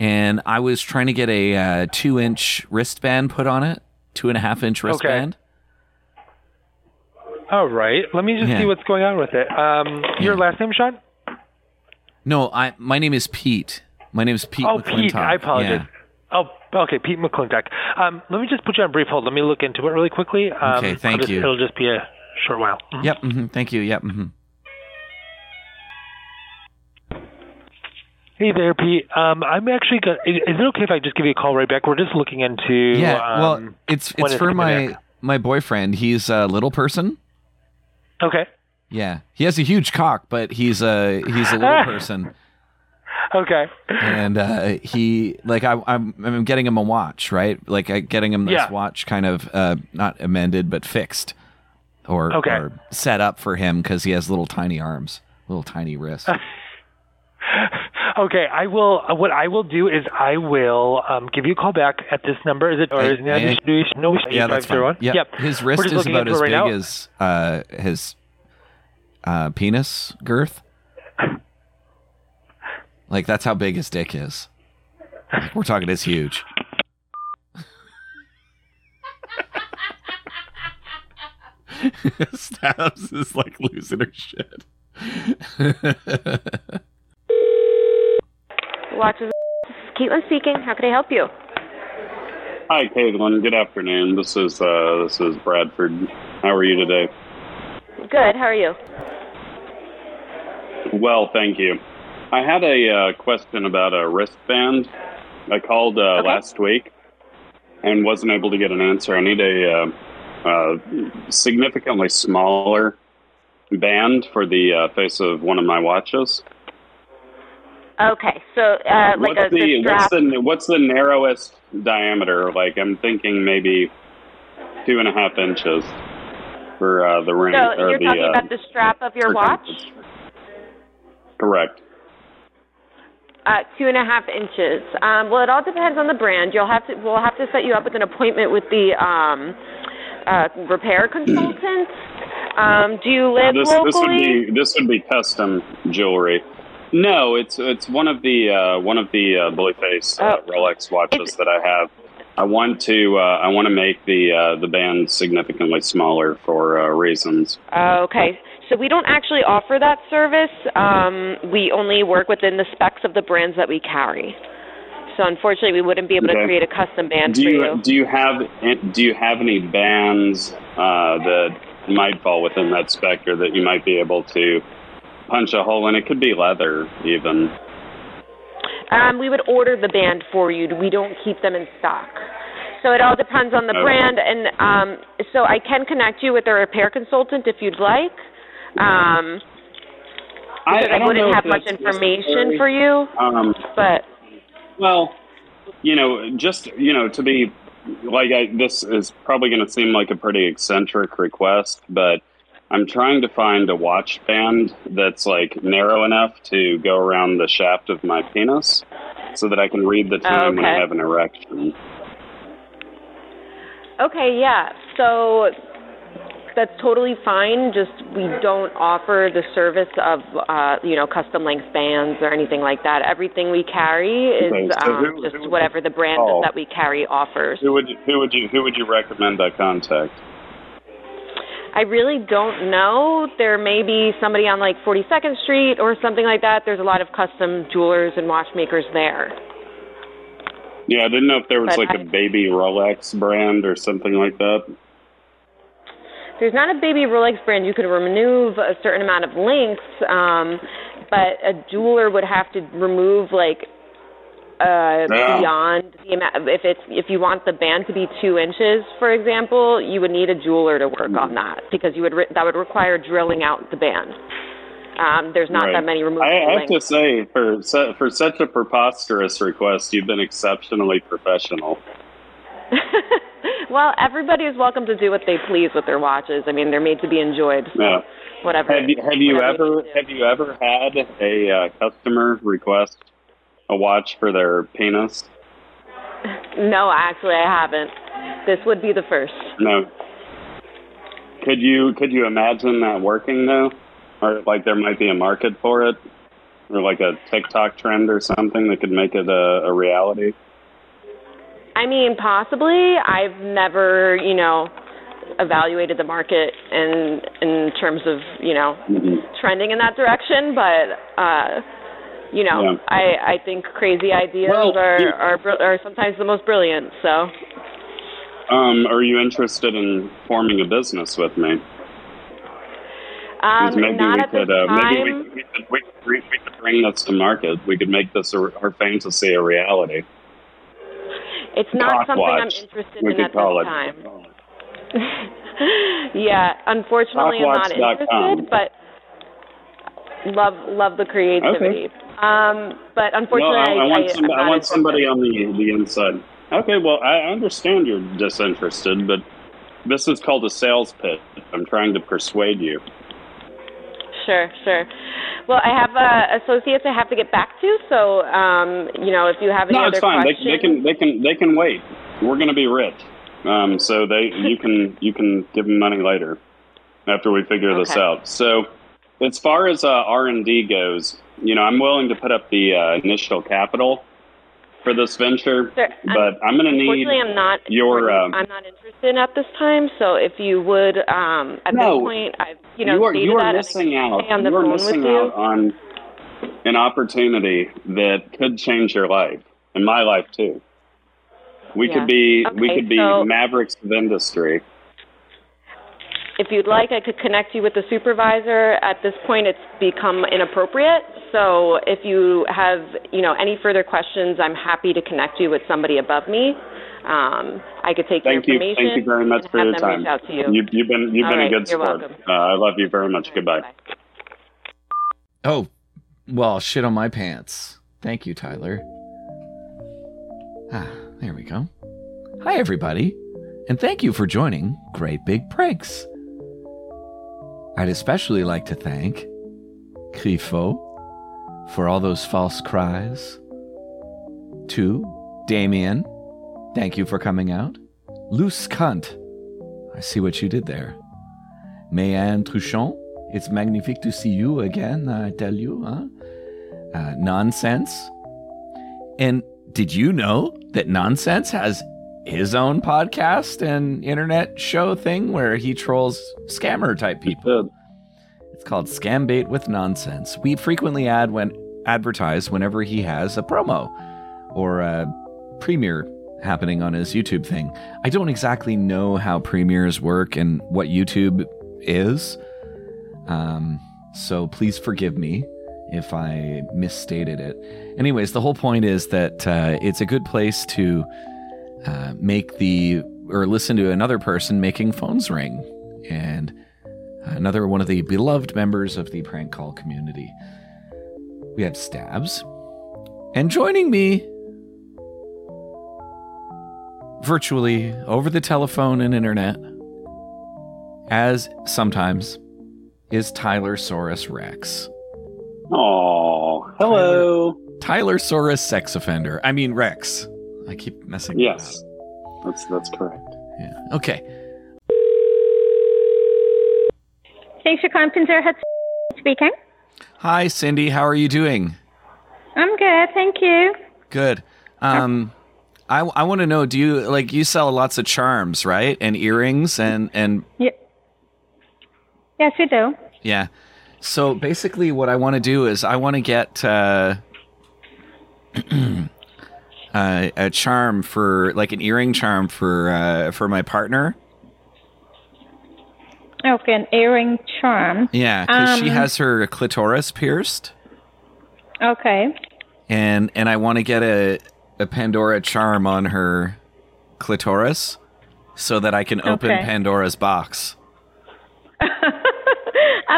S1: And I was trying to get a uh, two inch wristband put on it, two and a half inch
S14: Okay.
S1: wristband.
S14: All right. Let me just
S1: Yeah.
S14: see what's going on with it. Um, your last name, Sean?
S1: No, I my name is Pete. My name is Pete.
S14: oh,
S1: McClintock.
S14: Pete. I apologize.
S1: Yeah.
S14: Oh, okay, Pete McClintock. Um, let me just put you on brief hold. Let me look into it really quickly. Um,
S1: Okay,
S14: I'll
S1: thank
S14: just-
S1: you.
S14: It'll just be a short while.
S1: Yep. hmm Thank you. Yep. hmm
S14: Hey there, Pete. Um, I'm actually. Gonna, is, is it okay if I just give you a call right back? We're just looking into.
S1: Yeah. well,
S14: um,
S1: it's
S14: when
S1: it's for
S14: coming
S1: my
S14: back.
S1: my boyfriend. He's a little person.
S14: Okay.
S1: Yeah. He has a huge cock, but he's a he's a little person,
S14: Okay.
S1: and uh, he like I, I'm I'm getting him a watch, right? Like I getting him this
S14: Yeah.
S1: watch, kind of uh, not amended but fixed, or
S14: Okay.
S1: or set up for him because he has little tiny arms, little tiny wrists.
S14: Okay. I will. Uh, what I will do is I will um, give you a call back at this number. Is it or is it
S1: I-
S14: no?
S1: yeah, that's fine.
S14: 851?
S1: Yep.
S14: Yep.
S1: His
S14: We're
S1: wrist
S14: just
S1: is
S14: looking
S1: about
S14: into
S1: as
S14: it right
S1: big
S14: now.
S1: as uh, his uh, penis girth. Like that's how big his dick is. Like, we're talking it's huge. Stabs is like losing her shit.
S15: Watches. This is Caitlin speaking. How can I help you?
S8: Hi, Caitlin. Good afternoon. This is uh, this is Bradford. How are you today?
S15: Good. How are you?
S8: Well, thank you. I had a uh, question about a wristband. I called uh, last week and wasn't able to get an answer. I need a uh, uh, significantly smaller band for the uh, face of one of my watches.
S15: Okay. So, uh, like
S8: what's
S15: a the
S8: what's
S15: strap.
S8: the what's the narrowest diameter? Like I'm thinking maybe two and a half inches for uh, the ring
S15: so
S8: or
S15: you're
S8: the
S15: talking
S8: uh,
S15: about the strap of your watch,
S8: correct.
S15: uh, two and a half inches. Um, well, it all depends on the brand. You'll have to. We'll have to set you up with an appointment with the um, uh, repair consultant. Um, do you live
S8: this,
S15: locally?
S8: this would be this would be custom jewelry. No, it's it's one of the uh, one of the uh, Blueface uh,
S15: Oh.
S8: Rolex watches that I have. I want to uh, I want to make the uh, the band significantly smaller for uh, reasons.
S15: Oh, Okay. So we don't actually offer that service. Um, we only work within the specs of the brands that we carry. So unfortunately, we wouldn't be able
S8: Okay.
S15: to create a custom band
S8: do
S15: for
S8: you,
S15: you.
S8: do you have do you have any bands uh, that might fall within that specter that you might be able to punch a hole in? It could be leather even.
S15: Um, we would order the band for you. We don't keep them in stock. So it all depends on the
S8: Okay.
S15: brand. And um, so I can connect you with a repair consultant if you'd like. Um,
S8: I-
S15: because
S8: I
S15: I,
S8: don't know
S15: wouldn't
S8: if
S15: have much
S8: that's
S15: information
S8: necessary.
S15: for you.
S8: Um,
S15: but
S8: well, you know, just you know, to be like, I, this is probably going to seem like a pretty eccentric request, but I'm trying to find a watch band that's like narrow enough to go around the shaft of my penis, so that I can read the time when I
S15: Okay.
S8: have an erection.
S15: Okay, yeah. So that's totally fine. Just we don't offer the service of uh, you know custom length bands or anything like that. Everything we carry is
S8: Okay, so
S15: um,
S8: who-
S15: just
S8: who-
S15: whatever the brand
S8: Oh.
S15: that we carry offers.
S8: Who would who would you who would you recommend I contact?
S15: I really don't know. There may be somebody on like 42nd Street or something like that. There's a lot of custom jewelers and watchmakers there.
S8: Yeah, I didn't know if there was
S15: But
S8: like a
S15: I-
S8: baby Rolex brand or something like that.
S15: There's not a baby Rolex brand. You could remove a certain amount of links, um, but a jeweler would have to remove like uh,
S12: Yeah.
S15: beyond the amount. If it's if you want the band to be two inches, for example, you would need a jeweler to work
S8: Mm.
S15: on that because you would re- that would require drilling out the band. Um, there's not
S8: Right.
S15: that many removable
S8: I
S15: links.
S8: have to say, for su- for such a preposterous request, you've been exceptionally professional.
S15: Well, everybody is welcome to do what they please with their watches. I mean, they're made to be enjoyed. So
S8: Yeah.
S15: whatever.
S8: Have you have you ever have you ever had a uh, customer request a watch for their penis?
S15: No, actually, I haven't. This would be the first.
S8: No. Could you could you imagine that working though, or like there might be a market for it, or like a TikTok trend or something that could make it a, a reality?
S15: I mean, possibly. I've never, you know, evaluated the market in in terms of, you know,
S8: Mm-hmm.
S15: trending in that direction, but uh you know,
S8: Yeah.
S15: I I think crazy ideas are
S8: you-
S15: are br- are sometimes the most brilliant. So,
S8: Um, are you interested in forming a business with me?
S15: um
S8: 'Cause maybe
S15: not
S8: we
S15: at
S8: could
S15: this
S8: uh,
S15: time.
S8: maybe we, we could we, we, we could bring this to market. We could make this a, our fantasy a reality.
S15: it's not
S8: cock
S15: something
S8: watch.
S15: I'm interested
S8: We
S15: in
S8: could
S15: at
S8: call
S15: this
S8: it-
S15: time. yeah, unfortunately, I'm not
S8: Stockwatch.com.
S15: interested, but love love the creativity. Um, but
S8: no,
S15: unfortunately,
S8: I, I want, some,
S15: am
S8: I
S15: not
S8: want somebody on the, the inside. Okay, well, I understand you're disinterested, but this is called a sales pitch. I'm trying to persuade you.
S15: Sure, sure. Well, I have uh, associates I have to get back to, so um, you know, if you have any
S8: no,
S15: other
S8: it's fine. They,
S15: questions,
S8: they can they can they can wait. We're gonna be rich, um, so they you can you can give them money later after we figure this
S16: Okay.
S8: out. So as far as uh, R and D goes, you know, I'm willing to put up the uh, initial capital for this venture,
S15: Sure, I'm-
S8: but I'm gonna need
S15: unfortunately, I'm not
S8: your. Um,
S15: I'm not interested at this time. So if you would, um, at
S8: No.
S15: this point, I've you know,
S8: are,
S15: stated
S8: you are
S15: that and I
S8: missing
S15: can't
S8: out.
S15: stay on the
S8: you are
S15: phone
S8: missing
S15: with you.
S8: out on an opportunity that could change your life and my life too. We
S15: Yeah.
S8: could be we
S15: Okay,
S8: could be
S15: so-
S8: mavericks of industry.
S15: If you'd like, I could connect you with the supervisor. At this point, it's become inappropriate. So if you have, you know, any further questions, I'm happy to connect you with somebody above me. Um, I could take
S8: Thank
S15: your
S8: you,
S15: information.
S8: thank you very much
S15: and
S8: for
S15: have
S8: your
S15: them
S8: time.
S15: reach out to you.
S8: have been you've
S15: All
S8: been
S15: right,
S8: a good
S15: you're
S8: sport.
S15: welcome.
S8: Uh, I love you very much. Goodbye.
S1: Oh, well, shit on my pants. Thank you, Tyler. Ah, there we go. Hi, everybody, and thank you for joining Great Big Pranks. I'd especially like to thank Grifo for all those false cries. Two, Damien, thank you for coming out. Luce Kant, I see what you did there. Mayanne Truchon, it's magnifique to see you again, I tell you, huh? Uh, nonsense. And did you know that Nonsense has his own podcast and internet show thing where he trolls scammer type people? It's called Scam Bait with Nonsense. We frequently ad when advertise whenever he has a promo or a premiere happening on his YouTube thing. I don't exactly know how premieres work and what YouTube is. Um, so please forgive me if I misstated it. Anyways, the whole point is that uh, it's a good place to uh, make the or listen to another person making phones ring and another one of the beloved members of the prank call community. We have Stabs. And joining me virtually over the telephone and internet, as sometimes, is Tyler Saurus Rex.
S8: Aw, hello.
S1: Tyler, Tyler Saurus sex offender. I mean, Rex. I keep messing
S8: Yes. That's that's correct.
S1: Yeah. Okay.
S17: Thanks for calling Pinzer Hudson speaking.
S1: Hi, Cindy. How are you doing?
S17: I'm good, thank you.
S1: Good. Um, I, I want to know do you like you sell lots of charms, right? And earrings and and
S17: Yes, we do.
S1: Yeah. So basically, what I want to do is I want to get uh, uh, a charm for like an earring charm for uh, for my partner.
S17: Okay, an earring charm.
S1: Yeah, because she
S17: Um,
S1: has her clitoris pierced,
S17: Okay.
S1: and and I want to get a a Pandora charm on her clitoris so that I can open
S17: Okay.
S1: Pandora's box.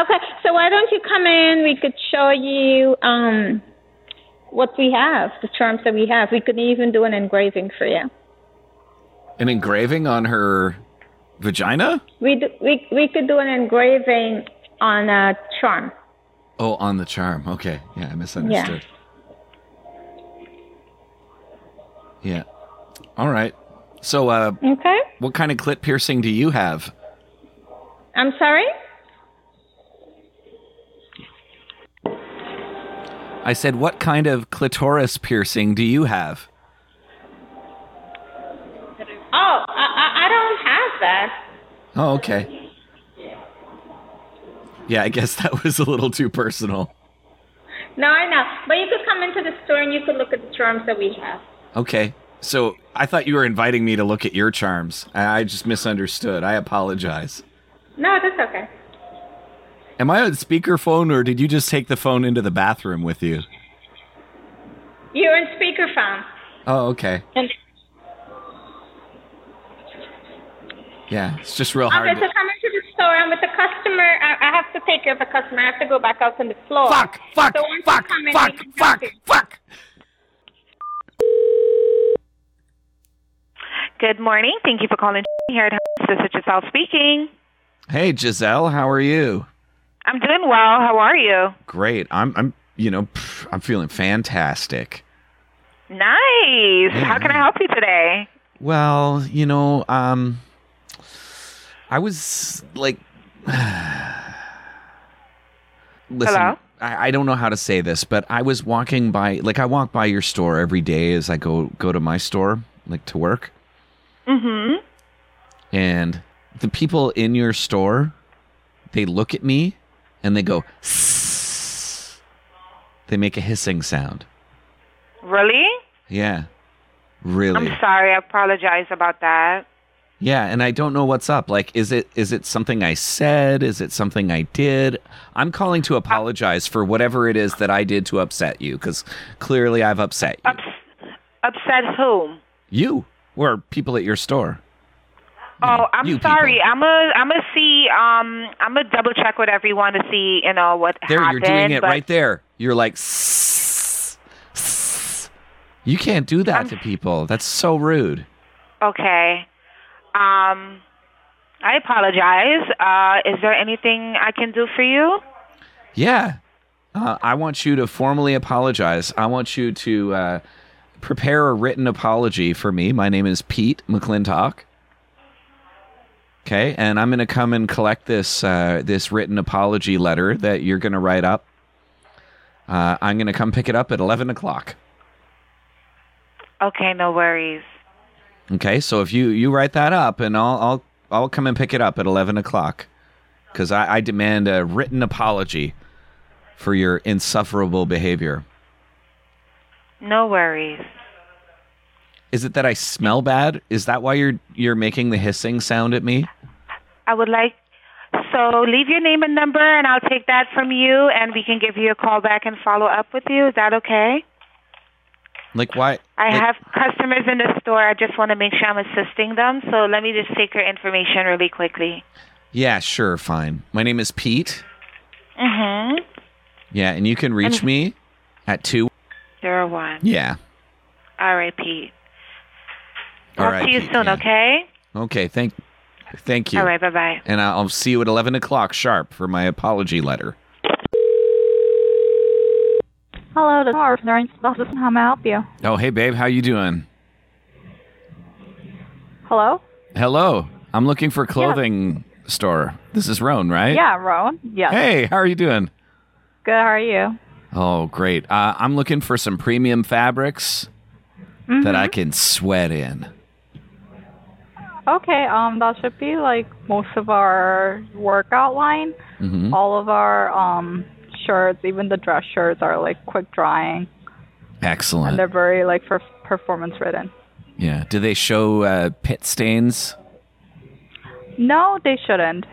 S17: Okay, so why don't you come in? We could show you um, what we have, the charms that we have. We could even do an engraving for you.
S1: An engraving on her vagina?
S17: We do, we we could do an engraving on a charm.
S1: Oh, on the charm. Okay. Yeah, I misunderstood. Yeah. All right. So, uh,
S17: Okay,
S1: what kind of clit piercing do you have?
S17: I'm sorry.
S1: I said, what kind of clitoris piercing do you have?
S17: Oh, I I, I don't have that.
S1: Oh, okay. Yeah, I guess that was a little too personal.
S17: No, I know. But you could come into the store and you could look at the charms that we have.
S1: Okay. So I thought you were inviting me to look at your charms. I I just misunderstood. I apologize.
S17: No, that's okay.
S1: Am I on speakerphone or did you just take the phone into the bathroom with you?
S17: You're in speakerphone.
S1: Oh, okay.
S17: And,
S1: Yeah, it's just real
S17: okay,
S1: hard.
S17: so
S1: to-
S17: come into the store. I'm with the customer. I, I have to take care of the customer. I have to go back out on the floor.
S1: Fuck! Fuck!
S17: So once you
S1: fuck!
S17: come in,
S1: Fuck!
S17: we can help
S1: Fuck!
S17: you.
S1: Fuck!
S18: Good morning. Thank you for calling here at Home. This is Giselle speaking.
S1: Hey, Giselle, how are you?
S18: I'm doing well. How are you?
S1: Great. I'm I'm you know, pff, I'm feeling fantastic.
S18: Nice. How can I help you today?
S1: Well, you know, um I was like Listen,
S18: Hello?
S1: I, I don't know how to say this, but I was walking by like I walk by your store every day as I go go to my store, like to work.
S18: Mm-hmm.
S1: And the people in your store, they look at me and they go "Sss." they make a hissing sound.
S18: Really?
S1: Yeah. Really?
S18: I'm sorry. I apologize about that.
S1: Yeah, and I don't know what's up. Like, is it is it something I said? Is it something I did? I'm calling to apologize for whatever it is that I did to upset you, because clearly I've upset you.
S18: Upset whom?
S1: you or people at your store.
S18: Oh, I'm
S1: you
S18: sorry. I'm a I'm a see um I'm a double check with everyone to see, you know, what
S1: There,
S18: happened.
S1: you're doing it
S18: but
S1: right there. You're like, "Sss, sss." you can't do that to people. That's so rude.
S18: Okay. Um I apologize. Uh is there anything I can do for you?
S1: Yeah. Uh, I want you to formally apologize. I want you to uh, prepare a written apology for me. My name is Pete McClintock. Okay, and I'm going to come and collect this uh, this written apology letter that you're going to write up. Uh, I'm going to come pick it up at 11 o'clock.
S18: Okay, no worries.
S1: Okay, so if you you write that up, and I'll I'll I'll come and pick it up at 11 o'clock, because I, I demand a written apology for your insufferable behavior.
S18: No worries.
S1: Is it that I smell bad? Is that why you're you're making the hissing sound at me?
S18: I would like so leave your name and number and I'll take that from you and we can give you a call back and follow up with you. Is that okay?
S1: Like why?
S18: I
S1: like-
S18: have customers in the store. I just want to make sure I'm assisting them. So let me just take your information really quickly.
S1: Yeah, sure, fine. My name is Pete.
S18: Mhm.
S1: Yeah, and you can reach
S18: And-
S1: me at two.
S18: Zero one.
S1: Yeah.
S18: All right, Pete.
S1: All
S18: Talk
S1: right.
S18: to you
S1: Pete.
S18: soon, okay?
S1: Okay. Thank. Thank you.
S18: All right. Bye bye.
S1: And I'll I'll see you at eleven o'clock sharp for my apology letter.
S19: Hello, this is Harv Nurse Office. How may I help you?
S1: Oh, hey, babe, how you doing?
S19: Hello?
S1: Hello. I'm looking for clothing store. This is Roan, right?
S19: Yeah, Rowan. Yes.
S1: Hey, how are you doing?
S19: Good. How are you?
S1: Oh, great. Uh, I'm looking for some premium fabrics
S19: Mm-hmm.
S1: that
S18: Mm-hmm.
S1: I can sweat in.
S19: Okay. Um, that should be like most of our workout line.
S1: Mhm.
S19: All of our um shirts, even the dress shirts, are like quick drying, and
S1: Excellent.
S19: they're very like for performance ridden.
S1: Yeah. Do they show uh, pit stains?
S19: No, they shouldn't.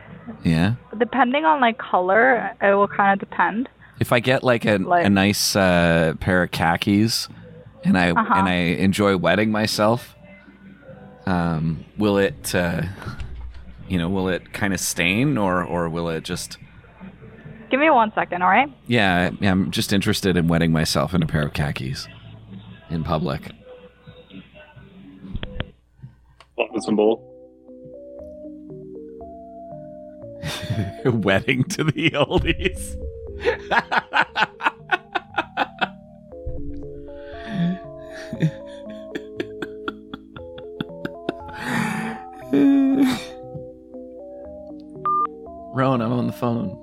S1: Yeah.
S19: Depending on like color, it will kind of depend.
S1: If I get like a, a
S19: Like-
S1: nice uh, pair of khakis and I
S19: Uh-huh.
S1: and I enjoy wetting myself. Um, will it, uh, you know, will it kind of stain or or will it just?
S19: Give me one second, all right?
S1: Yeah, I- I'm just interested in wetting myself in a pair of khakis in public.
S8: Some bull.
S1: Wedding to the oldies.
S5: Rowan, I'm on the phone.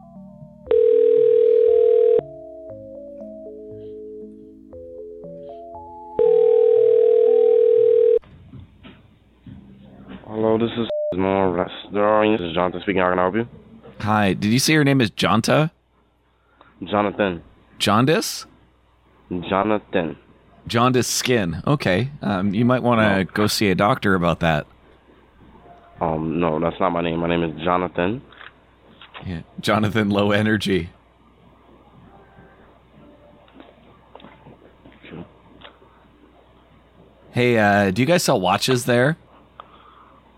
S20: Hello, this is more restaurant. This is Jonathan speaking. How can I help you?
S1: Hi, did you say your name is Jonta?
S20: Jonathan.
S1: Jaundice?
S20: Jonathan.
S1: Jaundice skin. Okay. Um, you might want to go see a doctor about that.
S20: Um, no, that's not my name. My name is Jonathan.
S1: Yeah. Jonathan Low Energy. Hey, uh, do you guys sell watches there?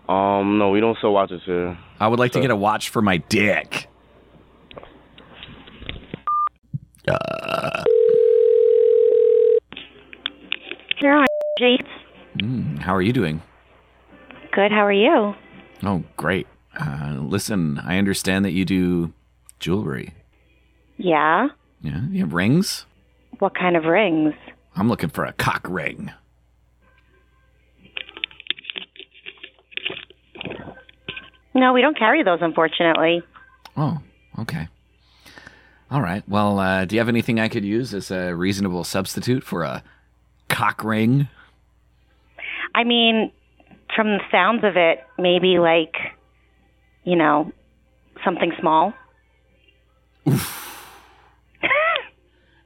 S20: Um, no, we don't sell watches here.
S1: I would like to get a watch for my dick. Uh,
S21: Sure, G.
S1: mm, how are you doing?
S21: Good. How are you?
S1: Oh, great. Uh, listen, I understand that you do jewelry.
S21: Yeah.
S1: Yeah, you have rings.
S21: What kind of rings?
S1: I'm looking for a cock ring.
S21: No, we don't carry those, unfortunately.
S1: Oh, okay. All right. Well, uh, do you have anything I could use as a reasonable substitute for a cock ring?
S21: I mean, from the sounds of it, maybe like, you know, something small.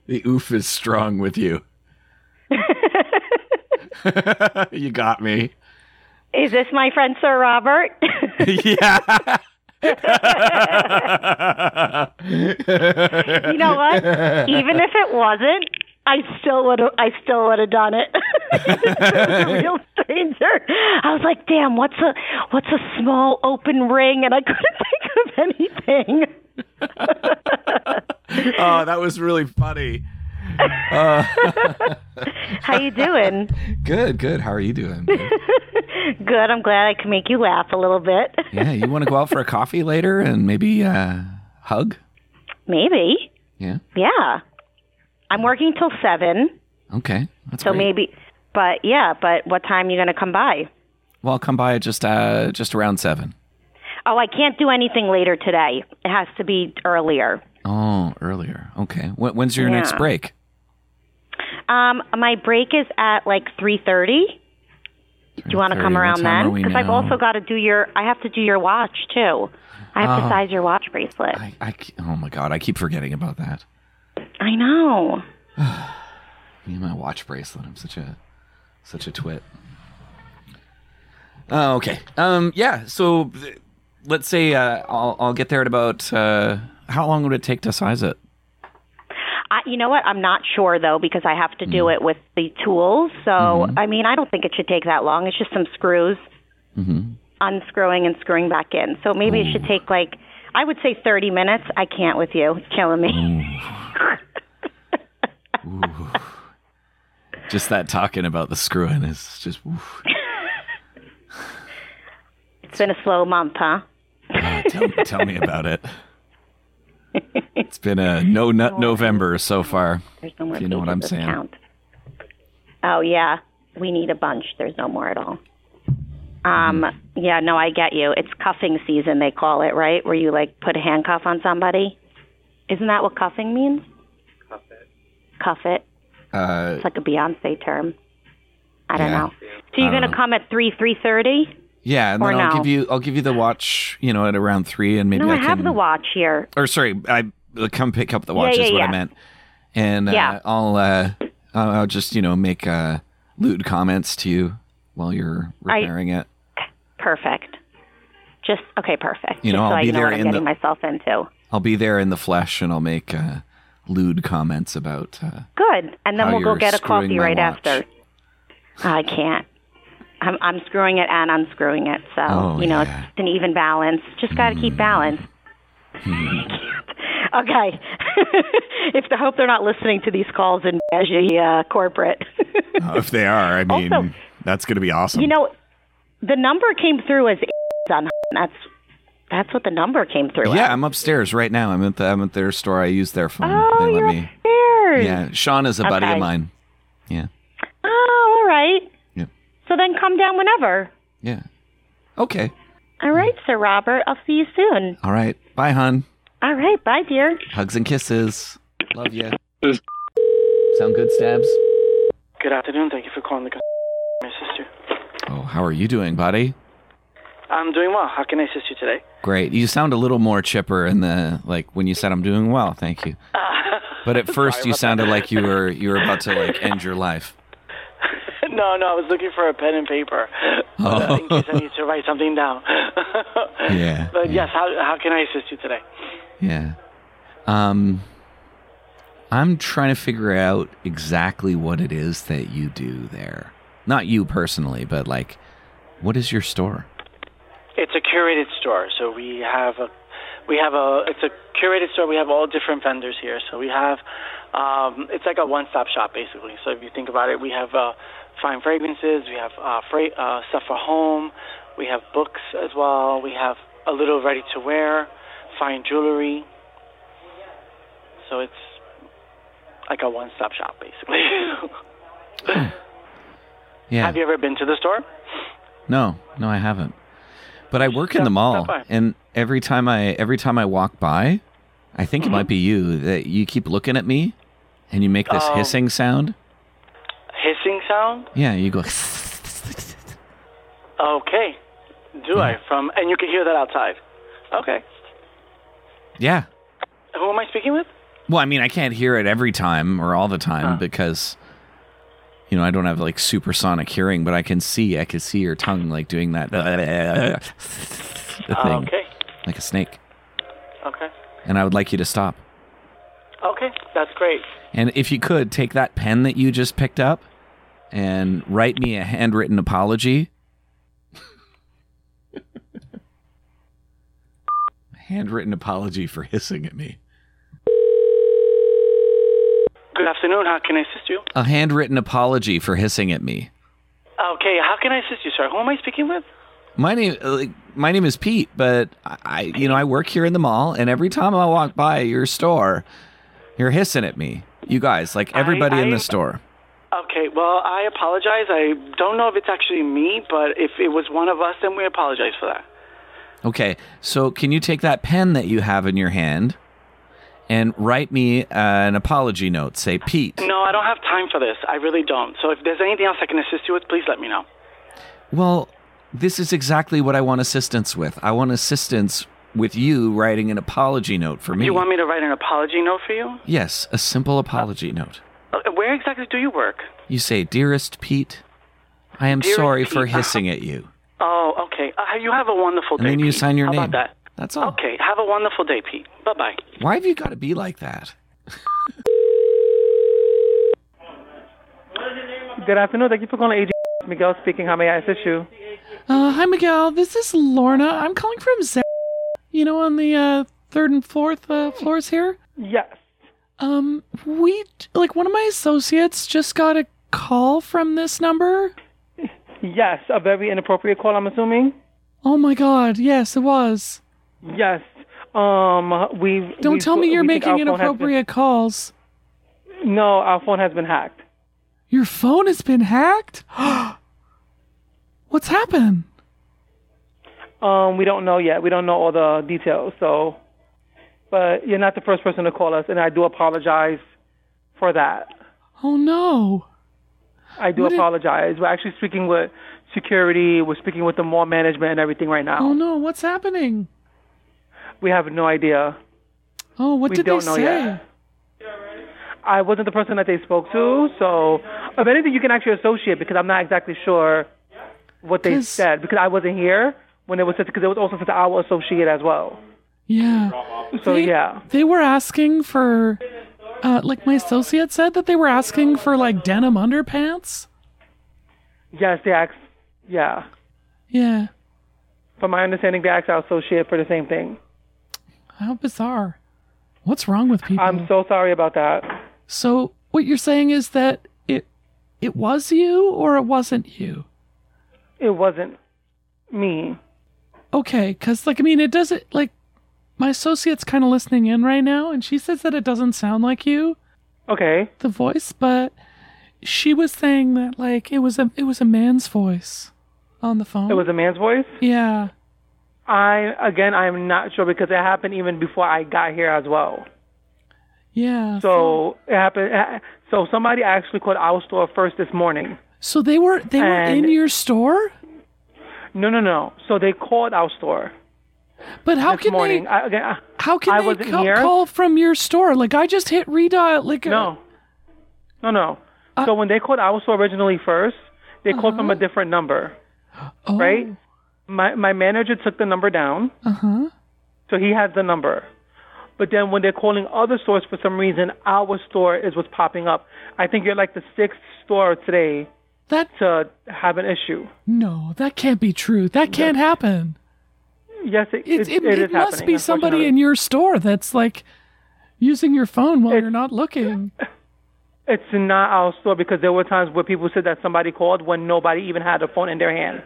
S1: The oof is strong with you. you got me.
S21: Is this my friend Sir Robert?
S1: yeah.
S21: You know what? Even if it wasn't, I still would have. I still would have done it. It was a real stranger. I was like, "Damn, what's a what's a small open ring?" And I couldn't think of anything.
S1: oh, that was really funny. Uh,
S21: How you doing?
S1: good, good. How are you doing?
S21: Good. I'm glad I could make you laugh a little bit.
S1: Yeah, you want to go out for a coffee later and maybe uh, hug?
S21: Maybe.
S1: Yeah.
S21: Yeah. I'm working till seven,
S1: Okay, that's
S21: so
S1: great.
S21: maybe. But yeah, but what time you gonna come by?
S1: Well, I'll come by just uh, just around seven.
S21: Oh, I can't do anything later today. It has to be earlier.
S1: Oh, earlier. Okay. When, when's your next
S21: Yeah.
S1: break?
S21: Um, my break is at like three thirty. Do you want to
S1: 3:30.
S21: come
S1: What
S21: around
S1: time are
S21: then?
S1: we
S21: Because I've
S1: now?
S21: also got to do your. I have to do your watch too. I have
S1: Oh.
S21: to size your watch bracelet.
S1: I, I ke- oh my god, I keep forgetting about that.
S21: I know.
S1: Me and my watch bracelet. I'm such a such a twit. Uh, okay. Um. Yeah. So, th- let's say uh, I'll I'll get there at about uh, how long would it take to size it?
S21: I, you know what? I'm not sure though because I have to
S1: Mm.
S21: do it with the tools. So
S1: Mm-hmm.
S21: I mean, I don't think it should take that long. It's just some screws,
S1: Mm-hmm.
S21: unscrewing and screwing back in. So maybe it should
S1: Mm.
S21: take like I would say 30 minutes. I can't with you. It's killing me.
S1: Just that talking about the screwing is just. oof.
S21: it's been a slow month, huh?
S1: Uh, tell, tell me about it. It's been a no nut November so far.
S21: There's no more
S1: If you know what
S21: pages
S1: I'm
S21: of
S1: saying.
S21: count. Oh yeah, we need a bunch. There's no more at all. Um,
S1: Mm-hmm.
S21: yeah, no, I get you. It's cuffing season, they call it, right? Where you like put a handcuff on somebody. Isn't that what cuffing means? Cuff it.
S1: Uh,
S21: It's like a Beyonce term. I don't
S1: Yeah.
S21: know. So you're
S1: I don't
S21: gonna
S1: know.
S21: come at three three thirty?
S1: Yeah, and
S21: Or
S1: then I'll
S21: no?
S1: give you I'll give you the watch, you know, at around three, and maybe
S21: No,
S1: I,
S21: I have
S1: can.
S21: the watch here.
S1: Or sorry, I uh, come pick up the
S21: Yeah,
S1: watch
S21: yeah,
S1: is what
S21: yeah.
S1: I meant. And uh,
S21: Yeah.
S1: I'll uh, I'll I'll just you know make uh, lewd comments to you while you're
S21: I-
S1: repairing it.
S21: Perfect. Just okay, perfect.
S1: You
S21: Just
S1: know,
S21: so
S1: I'll
S21: I
S1: be
S21: know
S1: there
S21: what I'm
S1: in the-
S21: getting myself into.
S1: I'll be there in the flesh, and I'll make uh, lewd comments about. Uh,
S21: Good. And then
S1: How
S21: we'll go
S1: you're
S21: get a
S1: screwing
S21: coffee
S1: my
S21: right
S1: watch.
S21: after. Ah, I can't. I'm, I'm screwing it and unscrewing it. So,
S1: Oh,
S21: you know,
S1: yeah. Hmm.
S21: it's just an even balance. Just got to keep balance. Okay. if the hope they're not listening to these calls in Beji, uh, corporate.
S22: Uh, if they are, I mean,
S21: Also-
S22: that's going to be awesome.
S21: You know, the number came through as on. That's that's what the number came through.
S1: yeah, I'm upstairs right now. I'm at the I'm at their store. I use their phone.
S21: Oh,
S1: they let
S21: you're
S1: me.
S21: upstairs.
S1: Yeah, Sean is a buddy of
S21: Okay.
S1: mine. Yeah,
S21: Oh, all right.
S1: Yeah.
S21: So then come down whenever.
S1: yeah. Okay.
S21: All right, Sir Robert. I'll see you soon.
S1: All right. Bye, hon.
S21: All right. Bye, dear.
S1: Hugs and kisses. Love you. Sound good, Stabs?
S23: Good afternoon. Thank you for calling the customer assist you.
S1: Oh, how are you doing, buddy?
S23: I'm doing well. How can I assist you today?
S1: Great. You sound a little more chipper in the like when you said I'm doing well, thank you. But at first you sounded like you were you were about to like end your life.
S23: no, no, I was looking for a pen and paper
S1: Oh.
S8: Oh.
S23: uh, in case I need to write something down.
S1: Yeah,
S23: But yes, how how can I assist you today?
S1: Yeah. Um I'm trying to figure out exactly what it is that you do there. Not you personally, but like what is your store?
S23: It's a curated store, so we have a we have a it's a curated store. We have all different vendors here, so we have um, it's like a one-stop shop basically. So if you think about it, we have uh, fine fragrances, we have uh, fra- uh, stuff for home, we have books as well, we have a little ready-to-wear, fine jewelry. So it's like a one-stop shop basically.
S1: Yeah.
S23: Have you ever been to the store?
S1: No, no, I haven't. But I work in the mall,
S23: stop by.
S1: and every time I every time I walk by, I think it might
S23: Mm-hmm.
S1: be you that you keep looking at me, and you make this
S23: Oh.
S1: hissing sound.
S23: Hissing sound?
S1: Yeah, you go.
S23: Okay. Do I? From and you can hear that outside. Okay.
S1: Yeah.
S23: Who am I speaking with?
S1: Well, I mean, I can't hear it every time or all the time because, you know, I don't have like supersonic hearing, but I can see I can see your tongue like doing that
S23: Ah,
S1: thing,
S23: okay.
S1: like a snake.
S23: Okay.
S1: And I would like you to stop.
S23: Okay. That's great.
S1: And if you could take that pen that you just picked up and write me a handwritten apology. handwritten apology for hissing at me.
S23: Good afternoon. How can I assist you?
S1: A handwritten apology for hissing at me.
S23: Okay. How can I assist you, sir? Who am I speaking with?
S1: My name, uh, like, my name is Pete, but I, I, you know, I work here in the mall, and every time I walk by your store, you're hissing at me. You guys, like everybody in the
S23: I-
S1: store.
S23: Okay. Well, I apologize. I don't know if it's actually me, but if it was one of us, then we apologize for that.
S1: Okay, so can you take that pen that you have in your hand and write me uh, an apology note? Say, Pete.
S23: No, I don't have time for this. I really don't. So if there's anything else I can assist you with, please let me know.
S1: Well, this is exactly what I want assistance with. I want assistance with you writing an apology note for me.
S23: You want me to write an apology note for you?
S1: yes, a simple apology note.
S23: Uh, Where exactly do you work?
S1: You say, "Dearest Pete, I am
S23: Dearest
S1: sorry for
S23: Pete."
S1: hissing at you."
S23: Oh, okay. Uh, you have a wonderful
S1: And
S23: day.
S1: then you
S23: Pete.
S1: sign your
S23: How
S1: name.
S23: About that?
S1: That's all.
S23: Okay. Have a wonderful day, Pete. Bye bye.
S1: Why have you got to be like that?
S24: Good afternoon. Thank you for calling AG. Miguel speaking. How may I assist you?
S5: Uh, hi, Miguel. This is Lorna. I'm calling from Z. You know, on the uh, third and fourth uh, floors here.
S24: Yes.
S5: Um, we like one of my associates just got a call from this number.
S24: Yes, a very inappropriate call. I'm assuming.
S5: Oh my God! Yes, it was.
S24: Yes. Um, we.
S5: Don't
S24: we-
S5: tell me you're
S24: we think
S5: making
S24: our phone has been-
S5: inappropriate calls.
S24: no, our phone has been hacked.
S5: Your phone has been hacked. What's happened?
S24: Um, we don't know yet. We don't know all the details. So, but you're not the first person to call us, and I do apologize for that.
S5: Oh no!
S24: I do
S5: What did-
S24: apologize. We're actually speaking with security. We're speaking with the mall management and everything right now.
S5: Oh no! What's happening?
S24: We have no idea.
S5: Oh, what
S24: We
S5: did
S24: don't
S5: they
S24: know
S5: say?
S24: yet. I wasn't the person that they spoke to, so if anything, you can actually associate because I'm not exactly sure what they said because I wasn't here when it was said because it was also said to our associate as well.
S5: Yeah.
S24: So
S5: They-
S24: yeah.
S5: They were asking for, uh, like my associate said that they were asking for like denim underpants.
S24: Yes, they asked. Yeah.
S5: Yeah.
S24: From my understanding, they asked our associate for the same thing.
S5: How bizarre. What's wrong with people?
S24: I'm so sorry about that.
S5: So what you're saying is that it it was you or it wasn't you?
S24: It wasn't me.
S5: Okay, cuz like I mean it doesn't like my associate's kind of listening in right now and she says that it doesn't sound like you.
S24: Okay.
S5: The voice, but she was saying that like it was a it was a man's voice on the phone.
S24: It was a man's voice.
S5: Yeah.
S24: I again, I'm not sure because it happened even before I got here as well.
S5: Yeah.
S24: So it happened. eh, So somebody actually called our store first this morning.
S5: So they were they were
S24: And-
S5: in your store?
S24: No, no, no. So they called our store.
S5: But how
S24: this
S5: can
S24: morning.
S5: they
S24: I, again, I-
S5: how can
S24: I
S5: they
S24: wasn't
S5: ca-
S24: here.
S5: call from your store? Like I just hit redial like uh, a-
S24: No. No, no.
S5: Uh,
S24: so when they called our store originally first, they called from a
S5: Uh-huh.
S24: different number.
S5: Oh.
S24: Right? My my manager took the number down,
S5: Uh-huh.
S24: so he has the number. But then when they're calling other stores for some reason, our store is what's popping up. I think you're like the sixth store today
S5: that
S24: to have an issue.
S5: No, that can't be true. That can't happen.
S24: Yes, it,
S5: It,
S24: it,
S5: it, it
S24: it is
S5: must
S24: happening,
S5: be somebody
S24: unfortunately.
S5: in your store that's like using your phone while you're not looking.
S24: It's not our store because there were times where people said that somebody called when nobody even had a phone in their hand.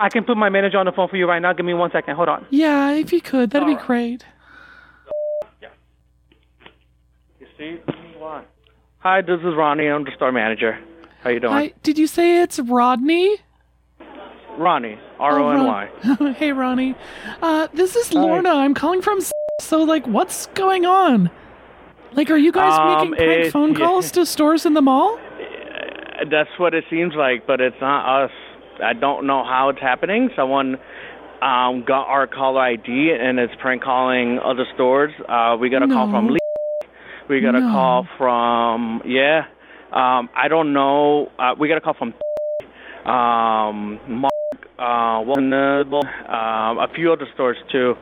S24: I can put my manager on the phone for you right now. Give me one second. Hold on.
S5: Yeah, if you could, that'd be great.
S3: Hi, this is Ronnie. I'm the store manager. How you doing?
S5: Hi, did you say it's Rodney?
S3: Ronnie, R O N Y.
S5: Oh, Ron- hey, Ronnie. Uh, this is Lorna. I'm calling from. s- So, like, what's going on? Like, are you guys
S3: Um,
S5: making prank
S3: it-
S5: phone
S3: yeah.
S5: calls to stores in the mall?
S3: That's what it seems like, but it's not us. I don't know how it's happening. Someone um, got our caller ID and is prank calling other stores. Uh, we got a call from
S5: No.
S3: Lee. We got a
S5: No.
S3: call from yeah. Um, I don't know. Uh, we got a call from um, Mark, uh, Walton, um, a few other stores too.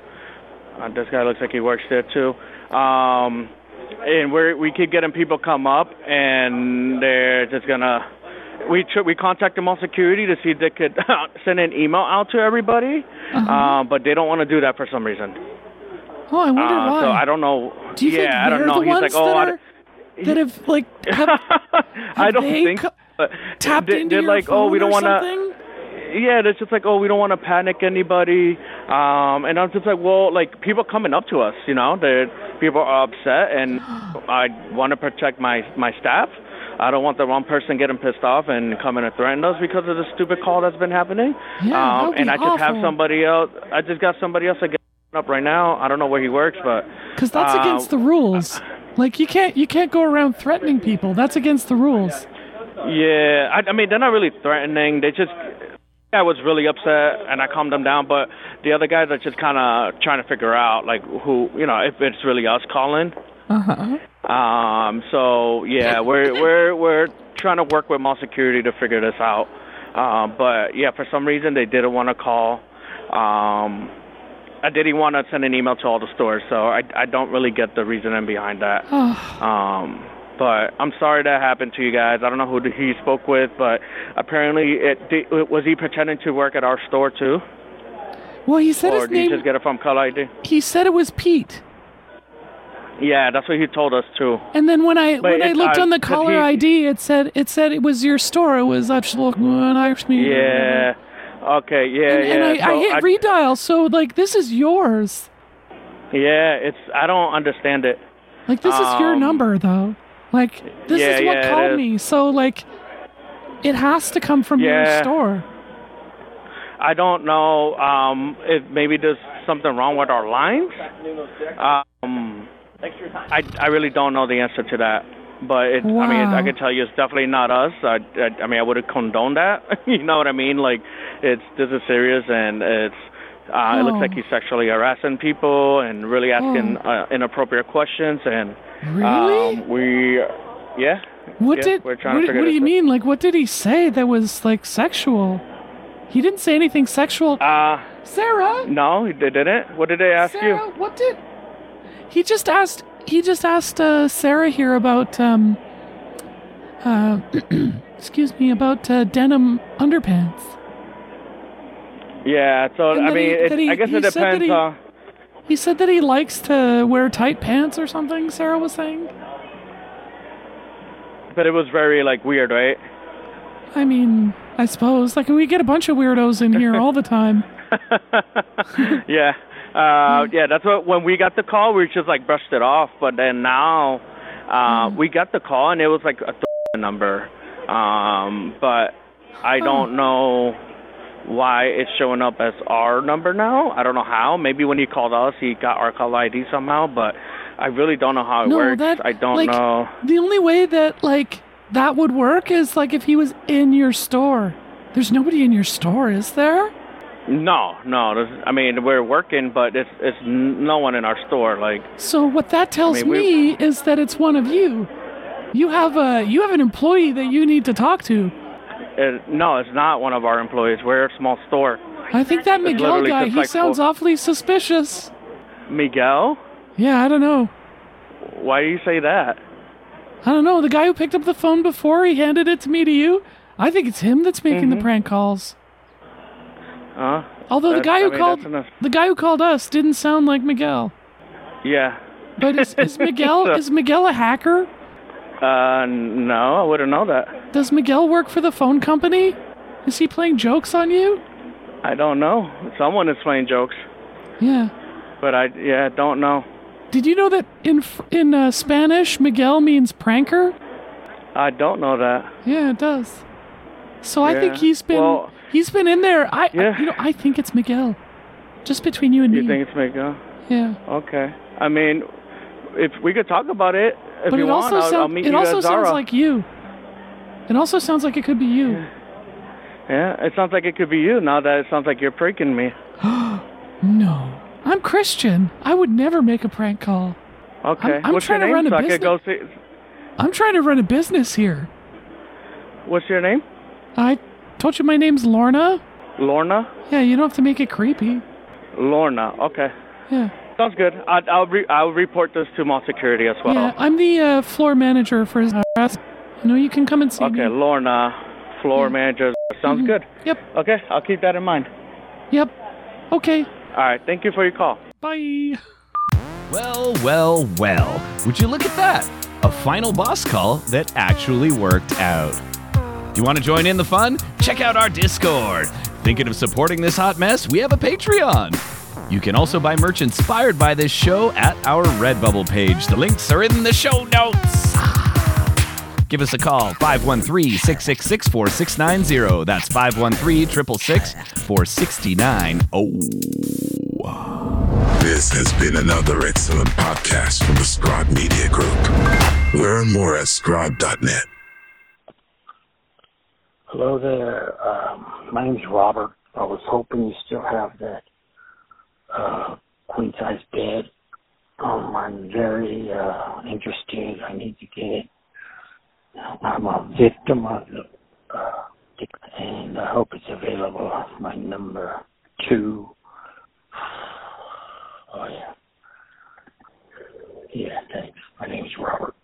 S3: Uh, this guy looks like he works there too. Um, and we we keep getting people come up and they're just gonna. We tr- we contacted mall security to see if they could send an email out to everybody,
S5: Uh-huh.
S3: uh, but they don't want to do that for some reason.
S5: Oh, I wonder
S3: Uh,
S5: why.
S3: So I don't know.
S5: Do you
S3: yeah,
S5: think
S3: I don't
S5: they're
S3: know.
S5: the
S3: He's
S5: ones
S3: like, oh,
S5: that
S3: I
S5: are-
S3: don't-
S5: that have like have,
S3: I don't
S5: they
S3: think
S5: co-
S3: uh,
S5: tapped
S3: they,
S5: into
S3: they're
S5: your
S3: like, oh, we
S5: phone
S3: don't want
S5: or something?
S3: Yeah, they're just like, oh, we don't want to panic anybody. Um, and I'm just like, well, like people coming up to us, you know, they're, people are upset, and I want to protect my my staff. I don't want the wrong person getting pissed off and coming to threaten us because of the stupid call that's been happening. um,
S5: Yeah, that would
S3: and
S5: be
S3: I just have
S5: awful.
S3: somebody else. I just got somebody else again up right now. I don't know where he works, but
S5: because that's
S3: uh,
S5: against the rules. Like you can't you can't go around threatening people. That's against the rules.
S3: Yeah, I, I mean they're not really threatening. They just I was really upset and I calmed them down, but the other guys are just kind of trying to figure out like who you know if it's really us calling.
S5: Uh huh.
S3: Um, so yeah, we're we're we're trying to work with mall security to figure this out. Um, but yeah, for some reason they didn't want to call. Um, I didn't want to send an email to all the stores, so I I don't really get the reasoning behind that. Um, but I'm sorry that happened to you guys. I don't know who he spoke with, but apparently it, did, was he pretending to work at our store too,
S5: Well, he said
S3: or
S5: his
S3: did you
S5: name.
S3: just get it from Color ID?
S5: He said it was Pete.
S3: Yeah, that's what he told us too.
S5: And then when I
S3: But
S5: when I
S3: it-
S5: looked
S3: uh,
S5: on the
S3: 'cause
S5: caller
S3: he-
S5: ID, it said it said it was your store. It was Absolution Irishman.
S3: Yeah. Okay. Yeah.
S5: And,
S3: yeah.
S5: and I, I
S3: so
S5: hit redial, so like this is yours.
S3: Yeah, it's I don't understand it.
S5: Like this is your
S3: Um,
S5: number though. Like this
S3: yeah,
S5: is what
S3: yeah, it
S5: called
S3: is.
S5: me. So like it has to come from
S3: Yeah.
S5: your store.
S3: I don't know um, if maybe there's something wrong with our lines. Um, I I really don't know the answer to that. But it, I mean,
S5: Wow.
S3: I can tell you, it's definitely not us. I, I, I mean, I would have condoned that. you know what I mean? Like, it's this is serious, and it's uh, it looks
S5: Oh.
S3: like he's sexually harassing people and really asking uh, inappropriate questions. And
S5: Really?
S3: um, we, yeah,
S5: What
S3: yeah,
S5: did
S3: we're
S5: what,
S3: trying to
S5: what
S3: figure
S5: do
S3: this
S5: you mean? Like what did he say that was like sexual? He didn't say anything sexual.
S3: Uh,
S5: Sarah?
S3: No, they didn't. What did they ask you?
S5: Sarah, what did he just asked? He just asked uh, Sarah here about um, uh, excuse me, about uh, denim underpants.
S3: Yeah, so
S5: And
S3: I
S5: that
S3: mean,
S5: he-
S3: it,
S5: that he-
S3: I guess
S5: he
S3: it
S5: said that
S3: depends
S5: he-
S3: on.
S5: He said that he likes to wear tight pants or something. Sarah was saying.
S3: But it was very like weird, right?
S5: I mean, I suppose like we get a bunch of weirdos in here all the time.
S3: yeah.
S5: Hmm.
S3: Uh, yeah, that's what when we got the call, we just like brushed it off. But then now, uh,
S5: Hmm.
S3: we got the call and it was like a th- number. Um, but I don't know why it's showing up as our number now. I don't know how. Maybe when he called us, he got our call ID somehow. But I really don't know how it
S5: no,
S3: works.
S5: that
S3: I don't
S5: like,
S3: know.
S5: The only way that like that would work is like if he was in your store. There's nobody in your store, is there?
S3: No, no. There's, I mean, we're working, but it's it's n- no one in our store. Like,
S5: So what that tells
S3: mean, we-
S5: me is that it's one of you. You have a you have an employee that you need to talk to.
S3: it, no, it's not one of our employees. We're a small store.
S5: I think that
S3: It's
S5: Miguel
S3: literally
S5: guy,
S3: just
S5: he
S3: like
S5: sounds
S3: four-
S5: awfully suspicious.
S3: Miguel?
S5: Yeah, I don't know.
S3: Why do you say that?
S5: I don't know. The guy who picked up the phone before, he handed it to me to you. I think it's him that's making
S3: Mm-hmm.
S5: the prank calls.
S3: Huh?
S5: Although the
S3: That's-
S5: guy
S3: I
S5: who
S3: mean,
S5: called
S3: that's enough.
S5: the guy who called us didn't sound like Miguel.
S3: Yeah.
S5: But is, is Miguel
S3: So-
S5: is Miguel a hacker?
S3: Uh, n- no, I wouldn't know that.
S5: Does Miguel work for the phone company? Is he playing jokes on you?
S3: I don't know. Someone is playing jokes,
S5: Yeah.
S3: but I yeah don't know.
S5: Did you know that in fr- in uh, Spanish Miguel means pranker?
S3: I don't know that.
S5: Yeah, it does. So I think
S3: Yeah,
S5: he's been
S3: well-
S5: he's been in there. I, I you know I think it's Miguel. Just between you and
S3: You
S5: me.
S3: think it's Miguel?
S5: yeah.
S3: Okay. I mean, if we could talk about it, if
S5: but
S3: you
S5: it
S3: want,
S5: also
S3: I'll, I'll
S5: sounds
S3: meet
S5: it
S3: you
S5: also
S3: at Zara.
S5: sounds like you. It also sounds like it could be you.
S3: yeah, it sounds like it could be you. Now that it sounds like you're pranking me.
S5: no. I'm Christian. I would never make a prank call.
S3: Okay.
S5: I'm
S3: What's
S5: trying to
S3: your name?
S5: run a
S3: so I could go
S5: business.
S3: see.
S5: I'm trying to run a business here.
S3: What's your name?
S5: I told you my name's Lorna.
S3: Lorna.
S5: Yeah, you don't have to make it creepy.
S3: Lorna. Okay.
S5: Yeah.
S3: Sounds good. I, I'll re- I'll report this to mall security as well.
S5: Yeah, I'm the uh, floor manager for his house. You know, you can come and see
S3: Okay,
S5: me. Mm-hmm.
S3: Lorna, floor manager. Sounds good.
S5: Yep.
S3: Okay, I'll keep that in mind.
S5: Yep. Okay.
S3: All right, thank you for your call.
S5: Bye.
S1: Well, well, well. Would you look at that? A final boss call that actually worked out. You want to join in the fun? Check out our Discord. Thinking of supporting this hot mess? We have a Patreon. You can also buy merch inspired by this show at our Redbubble page. The links are in the show notes. Give us a call, 513 666 4690. That's 513 666 4690.
S2: This has been another excellent podcast from the Scribe Media Group. Learn more at scribe.net.
S25: Hello there. Um, my name's Robert. I was hoping you still have that uh, queen size bed. Um, I'm very uh, interested. I need to get it. I'm a victim of the, uh, and I hope it's available. My number two. Oh yeah. Yeah, thanks. My name's Robert.